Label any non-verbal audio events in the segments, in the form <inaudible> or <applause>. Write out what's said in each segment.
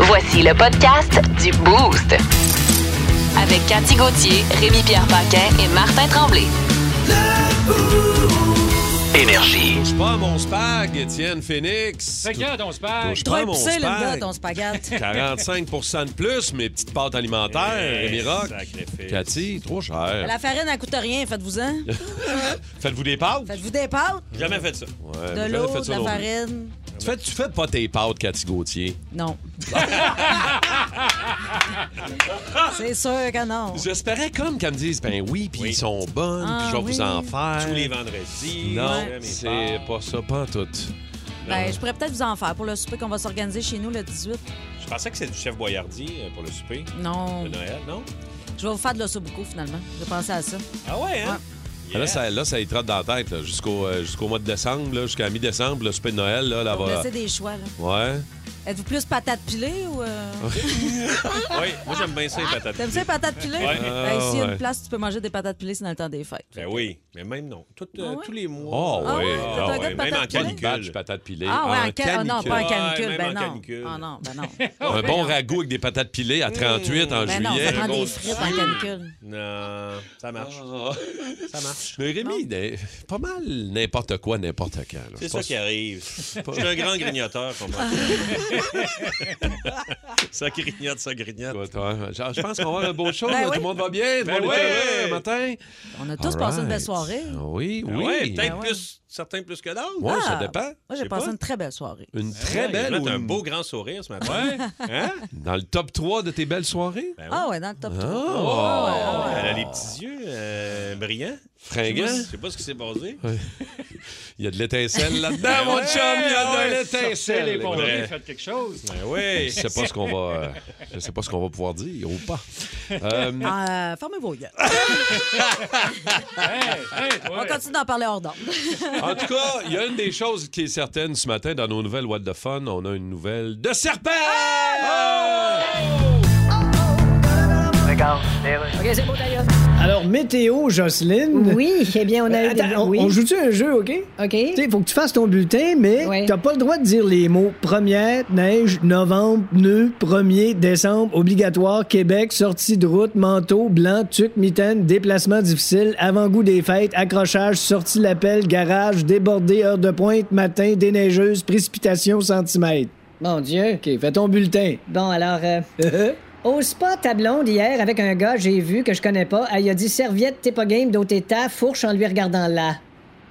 Voici le podcast du Boost. Avec Cathy Gauthier, Rémi-Pierre Paquin et Martin Tremblay. Énergie. Touche pas à mon spag, Étienne Phoenix. Fait que là, ton spag. Touche pas à Trois mon poussées, le gars, spag. ton spaghette. <laughs> 45 de plus, mes petites pâtes alimentaires, Eh, Rémi Rock. Cathy, trop cher. La farine, elle coûte rien, faites-vous-en. Faites-vous des pâtes? Faites-vous des pâtes, Jamais fait ça. Ouais, moi, de j'avais l'eau, fait de ça la non plus. farine. Tu fais, tu fais pas tes pâtes, Cathy Gauthier. Non. C'est sûr que non. J'espérais comme qu'elle me dise, ben oui, puis Oui. ils sont bonnes, Ah, puis je vais vous oui. en faire. Tous les vendredis. Non, jamais c'est pas. pas ça, pas en tout. Ben, je pourrais peut-être vous en faire pour le souper qu'on va s'organiser chez nous le 18. Je pensais que c'était du chef Boyardi euh, pour le souper Non. de Noël, non? Je vais vous faire de l'osso beaucoup, finalement. Je pensais à ça. Ah ouais, hein? Yeah. Là, ça, là, ça y trotte dans la tête, là, jusqu'au euh, jusqu'au mois de décembre, là, jusqu'à mi-décembre, le souper de Noël, là, là Vous va. laissez des choix, là. Ouais. Êtes-vous plus patate pilée ou. euh, Oui, moi j'aime bien ça, les patates. T'aimes ça, les patates pilées? Ouais. Ben, S'il y a ouais. une place, où tu peux manger des patates pilées, c'est dans le temps des fêtes. Ben oui, mais même non. Tout, euh, Ah ouais? Tous les mois. Oh, Ah oui. ouais, Ah, t'es un ouais, gars de même en patates Une pilées? canicule. batch patate pilée. Ah ouais, en ca- oh non, pas en Ouais, canicule. même ben en non. canicule. Ah non, ben non. Un bon ragoût avec des patates pilées à 38 en ben non, juillet. ça prend gros des frites en canicule. Non, ça marche. Ça marche. Mais Rémi, il est pas mal n'importe quoi, n'importe quand. là. C'est pas- ça qui arrive. Je suis un grand grignoteur, comprends-tu? ça grignote, ça grignote. Écoute, ouais, genre, Je pense qu'on va avoir un beau show. Ben là, oui. Tout le monde va bien. Tout le Ben monde est oui. heureux le matin. On a tous passé une belle Alright. soirée. Oui, oui. Ouais, peut-être Ben ouais. plus, certains plus que d'autres. Ouais, ça Ah. dépend. Moi, Je j'ai sais passé pas. une très belle soirée. Une très Ben Ouais, belle il ou a fait un une- beau grand sourire ce matin. Hein? Dans le top 3 de tes belles soirées? Ben Ah ouais, dans le top 3. Oh! Elle a les petits yeux euh, brillants. Fringant. Je sais pas- je sais pas ce qui s'est passé. Il y a de <laughs> l'étincelle Ben là-dedans, mon chum. Il y a de l'étincelle. les pompiers, Ouais. faites quelque chose. Ben oui. Je sais pas ce qu'on va, euh, je sais pas ce qu'on va pouvoir dire ou <laughs> pas. Euh, Euh, fermez vos yeux. On continue d'en parler hors d'ordre. En tout cas, il y a une des choses qui est certaine ce matin dans nos nouvelles What the Fun, on a une nouvelle de serpent! Alors, météo, Jocelyne. Euh, Oui, eh bien, on a eu des... Attends, on, oui. on joue-tu un jeu, OK? OK. Il faut que tu fasses ton bulletin, mais Oui. t'as pas le droit de dire les mots première, neige, novembre, nœud, 1er, décembre, obligatoire, Québec, sortie de route, manteau, blanc, tuc, mitaine, déplacement difficile, avant-goût des fêtes, accrochage, sortie l'appel, garage, débordé, heure de pointe, matin, déneigeuse, précipitation, centimètres. Mon Dieu. OK, fais ton bulletin. <laughs> Bon, alors, euh, au spa Tablonde, hier, avec un gars, j'ai vu que je connais pas, elle, il a dit serviette, t'es pas game, d'autres états, fourche en lui regardant là.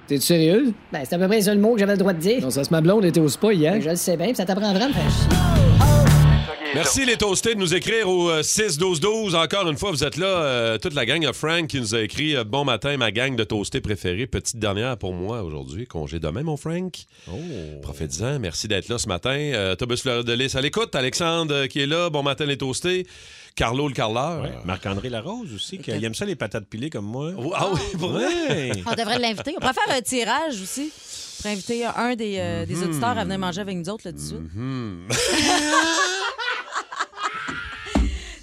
T'es sérieux? Ben, c'est à peu près le seul mot que j'avais le droit de dire. Non, ça se ma blonde était au spa hier. Ben, Je le sais bien, puis ça t'apprend vraiment. Fait chier. Merci les toastés de nous écrire au euh, 6-12-12. Encore une fois, vous êtes là, euh, toute la gang. Il y a Frank qui nous a écrit euh, Bon matin, ma gang de toastés préférée. Petite dernière pour moi aujourd'hui. Congé demain, mon Frank. Oh! Profite-en. Merci d'être là ce matin. Euh, Thomas Fleur de Lys à l'écoute. Alexandre euh, qui est là. Bon matin, les toastés. Carlo le carleur. Ouais. Marc-André Larose aussi, qui Ok. il aime ça les patates pilées comme moi. Euh, Oh, Ah oui, pour vrai? Ouais. On devrait l'inviter. On pourrait faire un tirage aussi. On pourrait inviter un des, euh, Mm-hmm. des auditeurs à venir manger avec nous autres le 18. <laughs>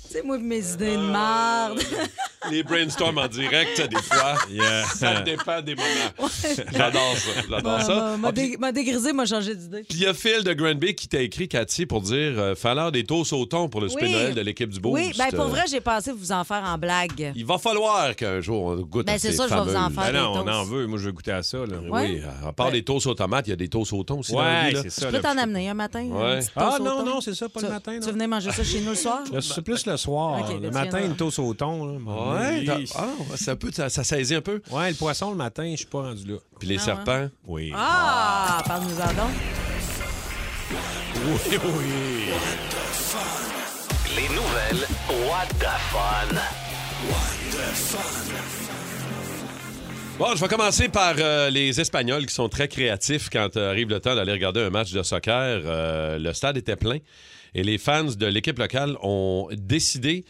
C'est moi mes idées de merde. <laughs> Euh, Les brainstorms en direct, des fois. Yeah. Ça dépend des <laughs> moments. J'adore ça. J'adore ça. M'a- M'a Ah, puis dé- m'a dégrisé, m'a changé d'idée. puis il y a Phil de Granby qui t'a écrit, Cathy, pour dire euh, Fallard des taux sautons pour le souper Oui. de Noël de l'équipe du Boost. euh, Oui, ben pour vrai, j'ai pensé vous en faire en blague. Il va falloir qu'un jour on goûte Ben, à c'est ces ça, je vais vous fameuses- en faire. Ben non, des on en toasts. veut. Moi, je veux goûter à ça. Là. Ouais. Ben Oui, euh, à part des toasts aux tomates, il y a des toasts sautons aussi dans la vie, Ouais, là. c'est ça. Je peux là. t'en amener un matin. euh, Ouais. un petit Ah toast au non, thon. non, c'est ça, pas Tu- le matin. Tu non. venais manger ça chez nous le soir? Là, C'est plus le soir. Ok, là, le tu matin, viens une toast au thon. là. Ouais, Oui. t'as- ah, ça, peut, ça, ça saisit un peu. Ouais, le poisson le matin, je suis pas rendu là. Puis les serpents. Oui. Ah, parle-nous-en donc. Oui, oui. Les nouvelles What the Fun. Bon, je vais commencer par euh, les Espagnols qui sont très créatifs quand euh, arrive le temps d'aller regarder un match de soccer. Euh, le stade était plein et les fans de l'équipe locale ont décidé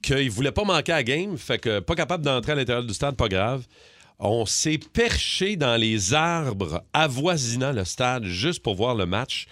qu'ils ne voulaient pas manquer à la game, fait que pas capable d'entrer à l'intérieur du stade, pas grave. On s'est perché dans les arbres avoisinant le stade juste pour voir le match.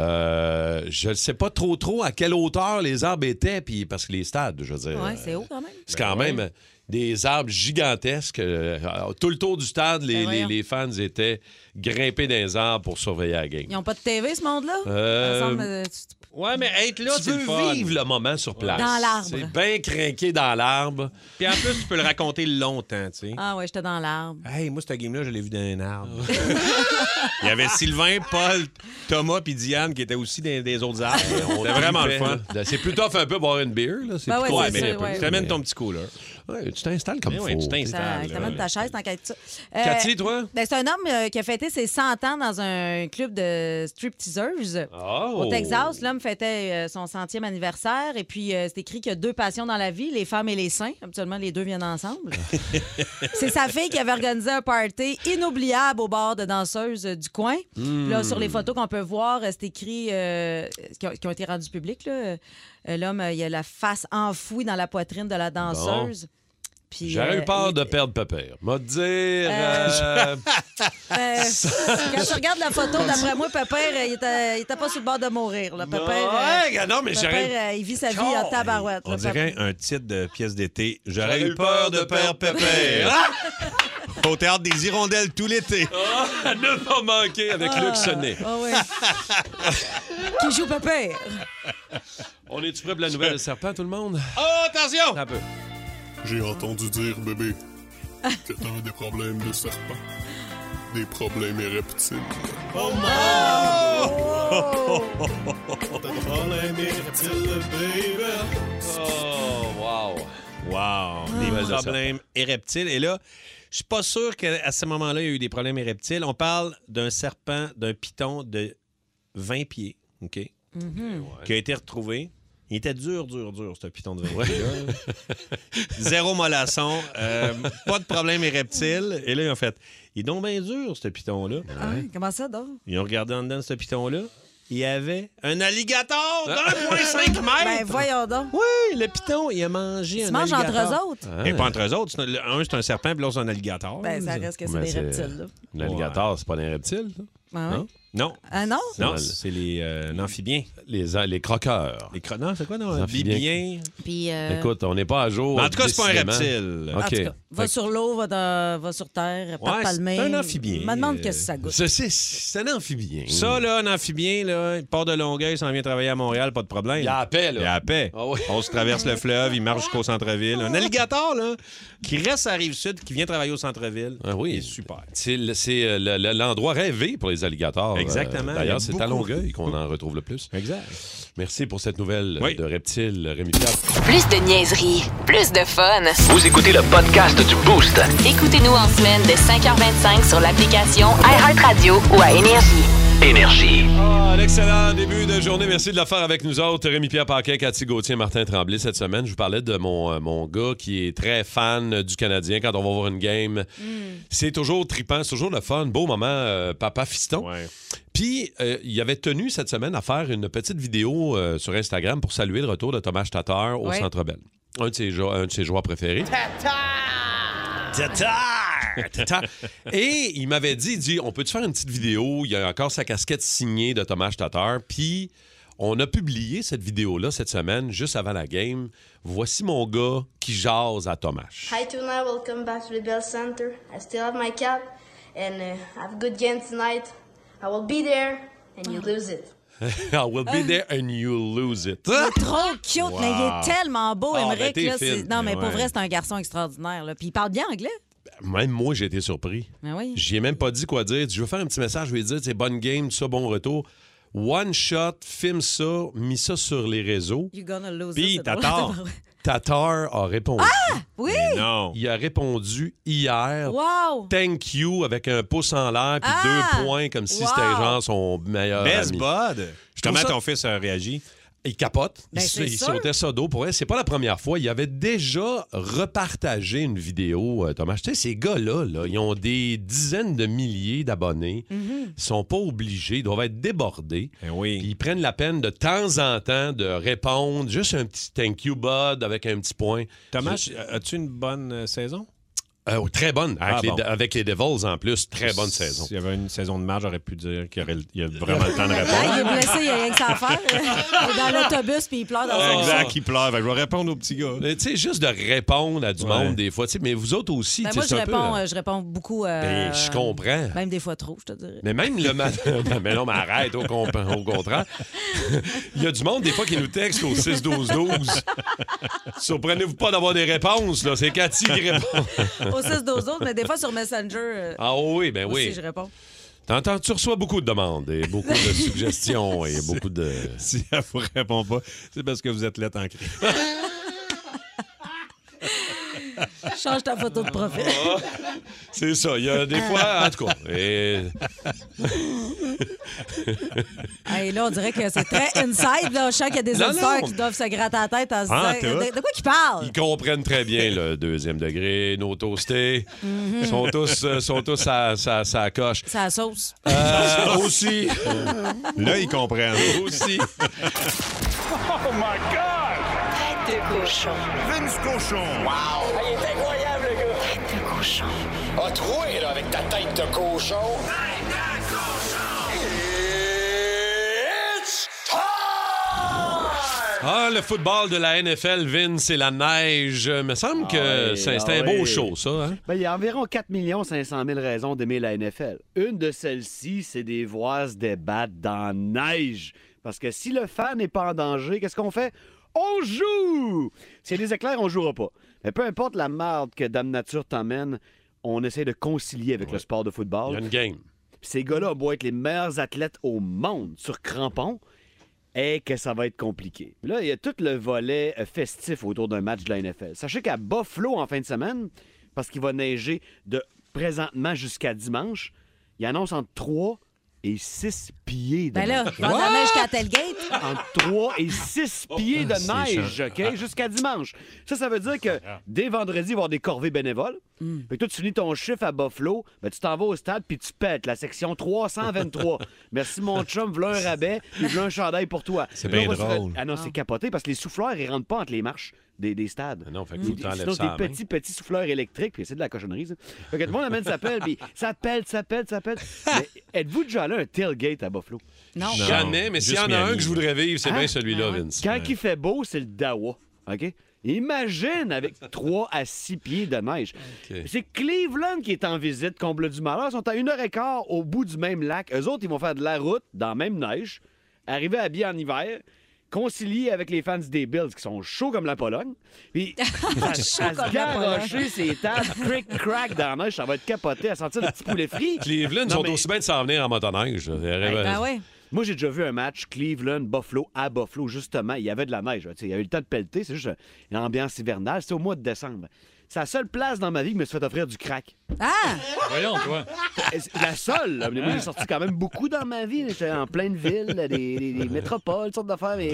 Euh, je ne sais pas trop trop à quelle hauteur les arbres étaient, puis parce que les stades, je veux dire. Ouais, euh, c'est haut quand même. Ben c'est quand même euh, des arbres gigantesques. Euh, alors, tout le tour du stade, les, Ben les- voyons. les fans étaient grimpés dans les arbres pour surveiller la game. Ils n'ont pas de TV, ce monde-là? Euh, Ça me semble, euh, tu- tu- Ouais, mais être là, tu c'est veux le fun. vivre le moment sur place. Dans l'arbre. C'est bien craqué dans l'arbre. Puis en plus, tu peux le raconter longtemps, <laughs> tu sais. Ah ouais, j'étais dans l'arbre. Hey, moi, cette game-là, je l'ai vu dans un arbre. <laughs> Il y avait Sylvain, Paul, Thomas puis Diane qui étaient aussi dans des autres arbres. On C'était vraiment le fait, fun. là. C'est plutôt tough un peu boire une bière. Là. C'est Ben plus ouais, cool, c'est mais sûr, un peu. ouais. Euh, Tu t'amènes ton petit cooler. Ouais, tu t'installes comme Eh faut. ouais, tu t'installes. Ça, Instable, ça mène là. ta chaise tant qu'à être ça. Euh, Cathy, toi? ben, c'est un homme euh, qui a fêté ses 100 ans dans un club de stripteaseuses. Oh! Au Texas, l'homme fêtait euh, son centième anniversaire et puis euh, c'est écrit qu'il y a deux passions dans la vie, les femmes et les seins. Habituellement, les deux <laughs> viennent ensemble. c'est sa fille qui avait organisé un party inoubliable au bar de danseuses euh, du coin. Là, sur les Hmm. photos qu'on peut voir, euh, c'est écrit, euh, qui, ont, qui ont été rendues publiques, là, euh, l'homme, euh, il a la face enfouie dans la poitrine de la danseuse. Puis, J'aurais euh, eu peur il- de perdre papier. M'a dire. <laughs> euh, Euh, <laughs> quand tu regardes la photo, d'après moi, Pépère, euh, il était, il était pas sur le bord de mourir. Là. Pépère, euh, ouais, ah non, mais Pépère, j'aurais. euh, il vit sa vie en tabarouette. On là, dirait Pépère. un titre de pièce d'été. J'aurais J'aurais eu peur de perdre Pépé. <laughs> Au théâtre des hirondelles tout l'été. Ah, ne pas manquer avec Luc Sonnet. euh, Ah oui. <laughs> Qui joue Pépère? On est-tu prêt pour la <laughs> nouvelle de serpent, tout le monde? Oh, attention! Un peu. J'ai entendu dire, bébé, que t'as des problèmes de serpent, des problèmes et reptiles. Oh, wow. Wow, Nouvelle des de ça. problèmes et reptiles. Et là, je suis pas sûr qu'à ce moment-là, il y a eu des problèmes et reptiles. On parle d'un serpent, d'un python de 20 pieds, OK? Qui a été retrouvé. Il était dur, dur, dur, ce python de 20 pieds. <laughs> Zéro mollasson, euh, pas de problème et reptiles. Et là, ils ont fait, il est donc bien dur, ce python-là. Ah oui, Comment ça, donc? Ils ont regardé en dedans de ce python-là. Il y avait un alligator d'1,5 Ah. <laughs> Ben, mètres. voyons donc. oui, le python, il a mangé Ils se un mangent entre alligator. eux autres. Mais pas entre eux autres. C'est- le- Un, c'est un serpent, puis l'autre, c'est un alligator. Ben, ça reste que c'est Ben, des reptiles. Là. L'alligator, c'est pas des reptiles, ça? Ah, oui. Non. Ah non? Non, mal. c'est les euh, amphibiens. Les, les croqueurs. Les cro- non, c'est quoi, non? Les Un amphibiens. bibiens. Puis, euh, Écoute, on n'est pas à jour. En tout cas, c'est pas un décidément. reptile. en OK. tout cas, va sur l'eau, va, dans- va sur terre, par Ouais, palmer. c'est un amphibien. euh, Je me demande qu'est-ce que ça goûte. C'est- c'est- C'est un amphibien. Ça, là, un amphibien, là, il part de Longueuil, il s'en vient travailler à Montréal, pas de problème. Il y a la paix, là. Il y a la paix. Ah oui. On se traverse le fleuve, il marche jusqu'au centre-ville. Un alligator, là, qui reste à la Rive-Sud, qui vient travailler au centre-ville. Ah oui. Il est super. C'est le- c'est, euh, le- le- l'endroit rêvé pour les alligators. Euh, Exactement. Il y a D'ailleurs, c'est à beaucoup. Longueuil qu'on en retrouve le plus. Exact. Merci pour cette nouvelle Oui. de reptiles, Rémi Pierre. Plus de niaiserie, plus de fun. Vous écoutez le podcast du Boost. Écoutez-nous en semaine de 5h25 sur l'application iHeartRadio ou à Énergie. Énergie. Ah, un excellent début de journée. Merci de la faire avec nous autres. Rémi-Pierre Paquet, Cathy Gauthier, Martin Tremblay. Cette semaine, je vous parlais de mon, euh, mon gars qui est très fan du Canadien. Quand on va voir une game, c'est toujours trippant, c'est toujours le fun. Beau moment, euh, papa fiston. Ouais. Puis, euh, il avait tenu cette semaine à faire une petite vidéo euh, sur Instagram pour saluer le retour de Thomas Tatar au Ouais. Centre Bell. Un de ses, jou- un de ses joueurs préférés. <laughs> Tatar! Tatar! Et il m'avait dit, il dit, on peut-tu faire une petite vidéo? Il y a encore sa casquette signée de Thomas Tatar. Puis, on a <laughs> publié cette vidéo-là cette semaine, juste avant la game. Voici mon gars qui jase à Thomas. Hi tonight, welcome back to the Bell Center. I still have my cap, and uh, have a good game tonight. I will be there, and you lose it. I will Ah, be there and you lose it. Trop cute, mais il est tellement beau, Ah, ben, Émeric, t'es là, c'est- fine. Non, mais pour Ouais. vrai, c'est un garçon extraordinaire. là. Puis il parle bien anglais. Même moi, j'ai été surpris. Ben oui. J'y ai même pas dit quoi dire. Je veux faire un petit message, je vais lui dire, c'est bonne game, tout ça, bon retour. One shot, filme ça, mis ça sur les réseaux. You're gonna lose Puis, it, c'est drôle. t'attends. Tatar a répondu. Oui! Non. Il a répondu hier. <laughs> Wow! Thank you avec un pouce en l'air puis Ah! deux points comme si Wow! c'était genre son meilleur ami. Best bud. trouve Comment ça- ton fils a réagi? Il capote. Ben, il c'est il sûr. sautait ça d'eau pour elle. C'est pas la première fois. Il avait déjà repartagé une vidéo, euh, Thomas. Tu sais, ces gars-là, là, ils ont des dizaines de milliers d'abonnés. Mhm. Ils sont pas obligés. Ils doivent être débordés. Eh oui. Puis ils prennent la peine de temps en temps de répondre. Juste un petit thank you, bud, avec un petit point. Thomas, as-tu une bonne euh, saison? Euh, oh, très bonne. Avec, Ah, les, bon. avec les Devils en plus, très bonne saison. S'il y avait une saison de marge, j'aurais pu dire qu'il y, aurait- <laughs> il y a vraiment le temps de Là, il est répondre. blessé, il n'y a rien que ça à faire. Il est dans l'autobus puis il pleure dans son Exact, il pleure. Fait que je vais répondre au petit gars. Mais Tu sais, juste de répondre à du Ouais. monde des fois. tu sais, Mais vous autres aussi, Ben, tu moi, sais, je c'est un peu. réponds, euh, euh, je réponds beaucoup. euh, ben, je comprends. Même des fois trop, je <laughs> te dirais. Mais même le matin. Non, mais non, mais arrête, au, com- au contraire. <laughs> Il y a du monde, des fois, qui nous texte au <laughs> 6-12-12. Surprenez-vous pas d'avoir des réponses, là. C'est Cathy qui répond. Au 6 dos autres, mais des fois sur Messenger. euh, <laughs> Ah oui, ben aussi, oui. je réponds. T'entends, tu reçois beaucoup de demandes et beaucoup <laughs> de suggestions et beaucoup de. <laughs> Si elle vous répond pas, c'est parce que vous êtes là en crise. Change ta photo de profil. C'est ça. Il y a des fois, en tout cas. Et... <laughs> Hey, là, on dirait que c'est très inside. Là. Je sens qu'il y a des Non, auditeurs non. qui doivent se gratter la tête en se Ah, disant t'as- de, de quoi qu'ils parlent? Ils comprennent très bien le deuxième degré, nos toastés. Mhm. Ils sont tous, euh, sont tous à, à- à la coche. C'est la sauce. Euh, aussi. <laughs> Là, ils comprennent. <laughs> Aussi. Oh Tête de cochon. Ah, Il est incroyable, le gars! Tête de cochon. A troué, là, avec ta tête de cochon. Tête de cochon! It's time! Ah, le football de la NFL, Vin, c'est la neige. Il me semble que oui, c'est c'est ah un beau oui. show, ça. hein? Ben, il y a environ 4 500 000 raisons d'aimer la NFL. Une de celles-ci, c'est des voix se débattre dans la neige. Parce que si le fan n'est pas en danger, qu'est-ce qu'on fait? On joue! S'il y a des éclairs, on jouera pas. Mais peu importe la merde que Dame Nature t'emmène, on essaie de concilier avec le sport de Il y a football. une game. Puis Ces gars-là ont beau être les meilleurs athlètes au monde sur crampons, et que ça va être compliqué. Là, il y a tout le volet euh, festif autour d'un match de la NFL. Sachez qu'à Buffalo, en fin de semaine, parce qu'il va neiger de présentement jusqu'à dimanche, il annonce entre 3 et 6 pieds de Ben là, neige. vendre la neige qu'à Telgate. Ah. Entre 3 et 6 pieds de neige, OK? Jusqu'à dimanche. Ça, ça veut dire que dès vendredi, il va y avoir des corvées bénévoles. Fait que toi, tu finis ton chiffre à Buffalo, ben, tu t'en vas au stade puis tu pètes la section 323. Merci, mon chum, v'là un rabais, puis v'là un chandail pour toi. C'est Là, bien on va se- drôle. Ah non, c'est capoté parce que les souffleurs, ils rentrent pas entre les marches des, des stades. Ah non, fait que faut que Ils- t'enlèves sinon, ça à la des petits, petits souffleurs électriques, puis c'est de la cochonnerie, ça. Fait que tout le monde amène sa pelle, puis ça pèle, ça pèle, ça pèle. Mais êtes-vous déjà allé à un tailgate à Buffalo? Non. Non. Jamais, mais s'il Juste y en a Miami. un que je voudrais vivre, c'est Hein? bien celui-là, Vince. Quand il fait beau, c'est le dawa. OK? Imagine avec <laughs> 3 à 6 pieds de neige. C'est Cleveland qui est en visite, comble du malheur. Ils sont à une heure et quart au bout du même lac. Eux autres, ils vont faire de la route dans la même neige, arriver habillés en hiver, concilier avec les fans des Bills qui sont chauds comme la Pologne. <laughs> Puis à, à se comme la Pologne. garrocher ses tables, cric-crac dans la neige, ça va être capoté à sentir le petit poulet frit. Cleveland Non, sont mais- aussi bien de s'en venir en motoneige. là. Ben oui. moi, j'ai déjà vu un match Cleveland-Buffalo à Buffalo, justement. Il y avait de la neige. là, tu sais, Il y a eu le temps de pelleter. C'est juste euh, une ambiance hivernale. C'était au mois de décembre. C'est la seule place dans ma vie qui me suis fait offrir du crack. Ah! Voyons, toi. Et c'est La seule. là. Mais Moi, j'ai sorti quand même beaucoup dans ma vie. J'étais en pleine ville, des, des- des métropoles, toutes sortes d'affaires. mais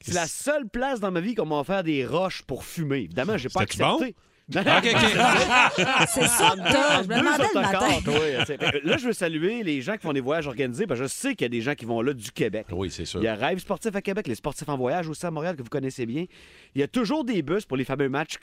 C'est la seule place dans ma vie qu'on m'a offert des roches pour fumer. Évidemment, j'ai pas C'était-tu accepté. C'est ça que t'as. Je me Deux demandais sur le ton matin. corps, toi, tu sais. Fait que Là, je veux saluer les gens qui font des voyages organisés. parce que je sais qu'il y a des gens qui vont là du Québec. Oui, c'est sûr. Il y a Rêve Sportif à Québec, les sportifs en voyage aussi à Montréal que vous connaissez bien. Il y a toujours des bus pour les fameux matchs <laughs>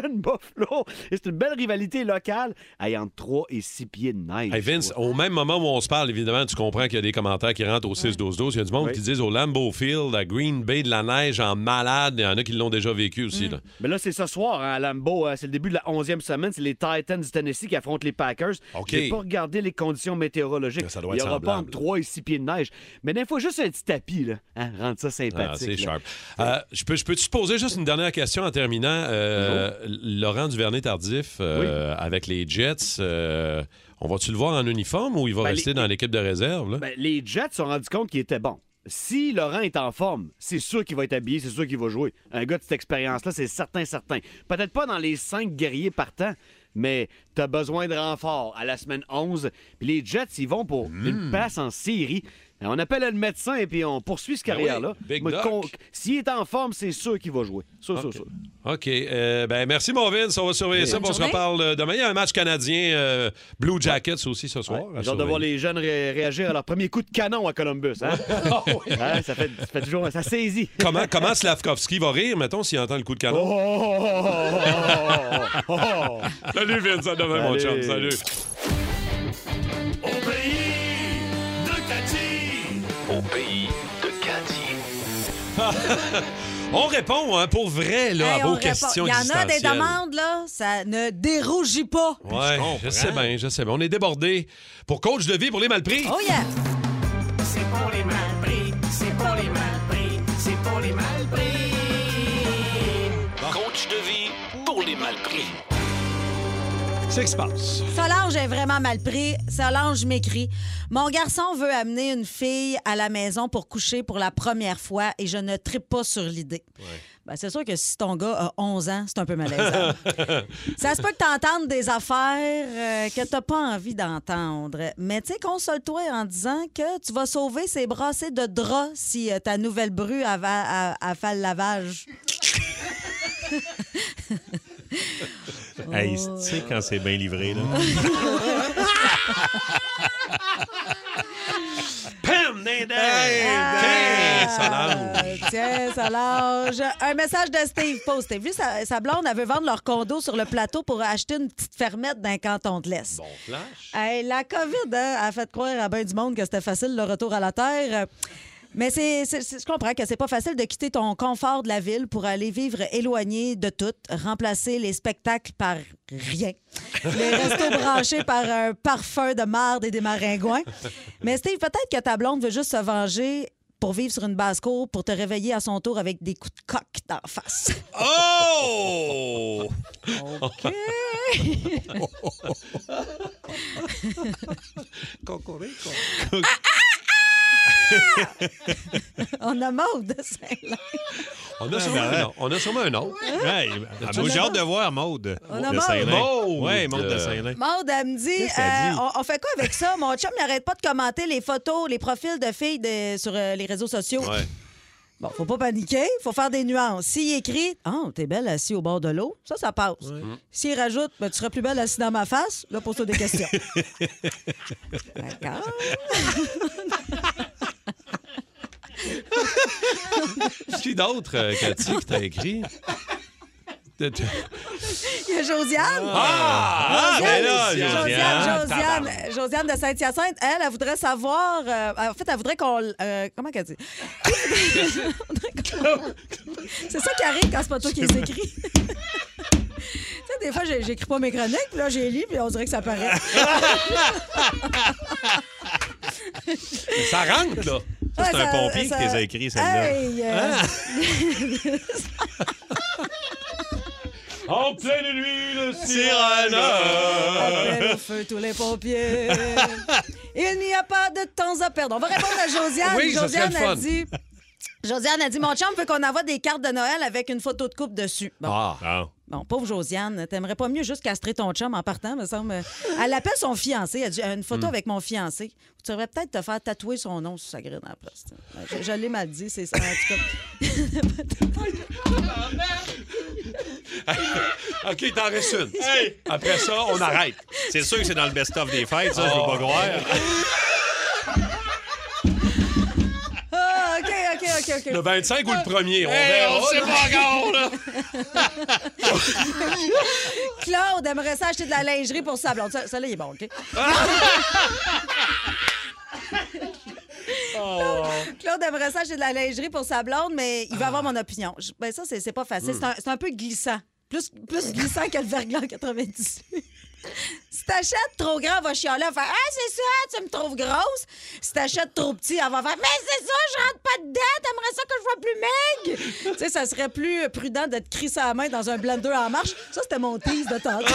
Cleveland-Buffalo. Et C'est une belle rivalité locale. Hey, entre 3 et 6 pieds de neige. Hey Vince, tu vois. au même moment où on se parle, évidemment, tu comprends qu'il y a des commentaires qui rentrent au 6-12-12. Il y a du monde Oui. qui disent au Lambeau Field, à Green Bay, de la neige en malade. Il y en a qui l'ont déjà vécu aussi. là. Mais là, c'est ce soir hein, à Lambeau. hein, c'est le début de la 11e semaine. C'est les Titans du Tennessee qui affrontent les Packers. OK. J'ai pas regardé les conditions météorologiques. Ça doit Il y être aura pas semblable. entre 3 et 6 pieds de neige. Mais des fois, juste un petit tapis, là, hein, rendre ça sympathique. Ah, c'est là. sharp. Euh, je peux, je peux te poser juste une dernière question en terminant. Euh, Laurent Duvernay-Tardif euh, avec les Jets, euh, on va-tu le voir en uniforme ou il va Ben, rester les- dans l'équipe de réserve? là? Ben, les Jets se sont rendus compte qu'il était bon. Si Laurent est en forme, c'est sûr qu'il va être habillé, c'est sûr qu'il va jouer. Un gars de cette expérience-là, c'est certain, certain. Peut-être pas dans les cinq guerriers partants, mais t'as Hmm. besoin de renfort à la semaine 11. Puis les Jets, ils vont pour une place en série. On appelle le médecin et puis on poursuit cette Ben oui, carrière-là. Big Mais Doc. S'il est en forme, c'est sûr qu'il va jouer. Sûr, sûr, sûr. OK. euh, ben merci, mon Vince. On va surveiller Bonne ça. puis On se journée. reparle euh, demain. Il y a un match canadien euh, Blue Jackets aussi ce soir. à J'ai hâte de voir surveiller. les jeunes ré- réagir à leur premier coup de canon à Columbus. <laughs> hein? Ah Hein, ça, fait, ça fait toujours... Ça saisit. Comment, <laughs> comment Slavkovski va rire, mettons, s'il entend le coup de canon? Oh. <laughs> Salut, Vince. À demain, mon Salut. chum. Salut. Au pays de Cathy. Au pays de Cathy. <laughs> On répond hein, pour vrai là, Hey, à on vos répond. questions Il y en a des existentielles. demandes, là. Ça ne dérougit pas. Ouais, je, sais bien, je sais bien. On est débordé pour coach de vie pour les malpris. Oh yeah! C'est pour les mal pris, c'est pour les mal pris, c'est pour les mal pris. Coach de vie pour les mal pris. C'est que se passe. Solange est vraiment mal pris. Solange m'écrit Mon garçon veut amener une fille à la maison pour coucher pour la première fois et je ne tripe pas sur l'idée. Ben, c'est sûr que si ton gars a 11 ans, c'est un <laughs> peu malaisant. Ça se peut que t'entendes des affaires euh, que t'as pas envie d'entendre. Mais tu sais, console-toi en disant que tu vas sauver ces brassées de draps si euh, ta nouvelle bru a, va- a- a fait le lavage. Hey, tu sais quand c'est bien livré, là. Pam, dindin! Euh, Ah! Tiens, Solange. Un message de Steve Post. T'as vu, sa, sa blonde, elle veut vendre leur condo sur le plateau pour acheter une petite fermette d'un canton de l'Est. Hey, la COVID hein, a fait croire à bien du monde que c'était facile le retour à la Terre. Mais c'est, c'est- c'est- je comprends que c'est pas facile de quitter ton confort de la ville pour aller vivre éloigné de tout, remplacer les spectacles par rien, les restos branchés par un parfum de marde et des maringouins. Mais Steve, peut-être que ta blonde veut juste se venger pour vivre sur une basse-cour pour te réveiller à son tour avec des coups de coque d'en face. Oh! OK. On a mort de Saint-Lin. On a sûrement, Ah, ben, un, autre. on a sûrement un autre. Ouais, ah, moi, j'ai hâte de voir Maude On a de Maude. Saint-Lin. Maude. Ouais, Maude de Saint-Lin. Maud, elle me dit, Qu'est-ce qu'elle euh, dit? on, on fait quoi avec ça? Mon chum n'arrête pas de commenter les photos, les profils de filles de- sur euh, les réseaux sociaux. Bon, faut pas paniquer, faut faire des nuances. S'il écrit « Oh, t'es belle assise au bord de l'eau », ça, ça passe. Mm. S'il rajoute Ben, Tu seras plus belle assise dans ma face », là, pose-toi des <laughs> questions. Ben, D'accord. Qui d'autre, euh, Cathy, qui t'a écrit? T'as- t'as- Il y a Josiane. Ah! Ah, ben là, Ah, Josiane. Josiane, Josiane, Josiane de Saint-Hyacinthe, elle, elle voudrait savoir. euh, en fait, elle voudrait qu'on. l- euh, comment qu'elle dit? c'est ça qui arrive quand c'est pas toi qui les écris. tu sais, des fois, j'ai- j'écris pas mes chroniques, puis là, j'ai lu, puis on dirait que ça paraît. Ça rentre, là. Ça, c'est Ouais, un ça- pompier ça- qui les a écrits, celle-là. Ah. Hey, euh, En pleine nuit, le Appel au sirène. feu tous les pompiers. Il n'y a pas de temps à perdre. On va répondre à Josiane. Oui, ça serait Josiane le a fun. dit. Josiane a dit Mon chum veut qu'on envoie des cartes de Noël avec une photo de coupe dessus. Bon, Ah. bon, pauvre Josiane, t'aimerais pas mieux juste castrer ton chum en partant, me semble. Elle appelle son fiancé. Elle dit euh, Une photo Mm. avec mon fiancé. Tu devrais peut-être te faire tatouer son nom sur sa grille dans la place. Je, je l'ai mal dit, c'est ça. En tout cas. OK, il t'en reste une. Après ça, on arrête. C'est sûr que c'est dans le best-of des fêtes, ça, je veux pas croire. Ah, OK, OK, OK, OK. Le 25 ou le premier? On Hey, verra. on sait là. pas encore, Claude aimerait ça acheter de la lingerie pour sa blonde. Ça, ça, là, il est bon, OK? Claude aimerait ça acheter de la lingerie pour sa blonde, mais il va avoir mon opinion. Je- ben ça, c'est c'est pas facile. Mm. C'est un- C'est un, peu glissant. Plus, plus glissant que le verglas en 98. Si t'achètes trop grand, elle va chialer, elle va faire Ah, c'est ça, tu me trouves grosse. Si t'achètes trop petit, elle va faire Mais c'est ça, je rentre pas dedans, t'aimerais ça que je sois plus maigre. tu sais, ça serait plus prudent de te crisser la main dans un blender en marche. Ça, c'était mon tease de tantôt.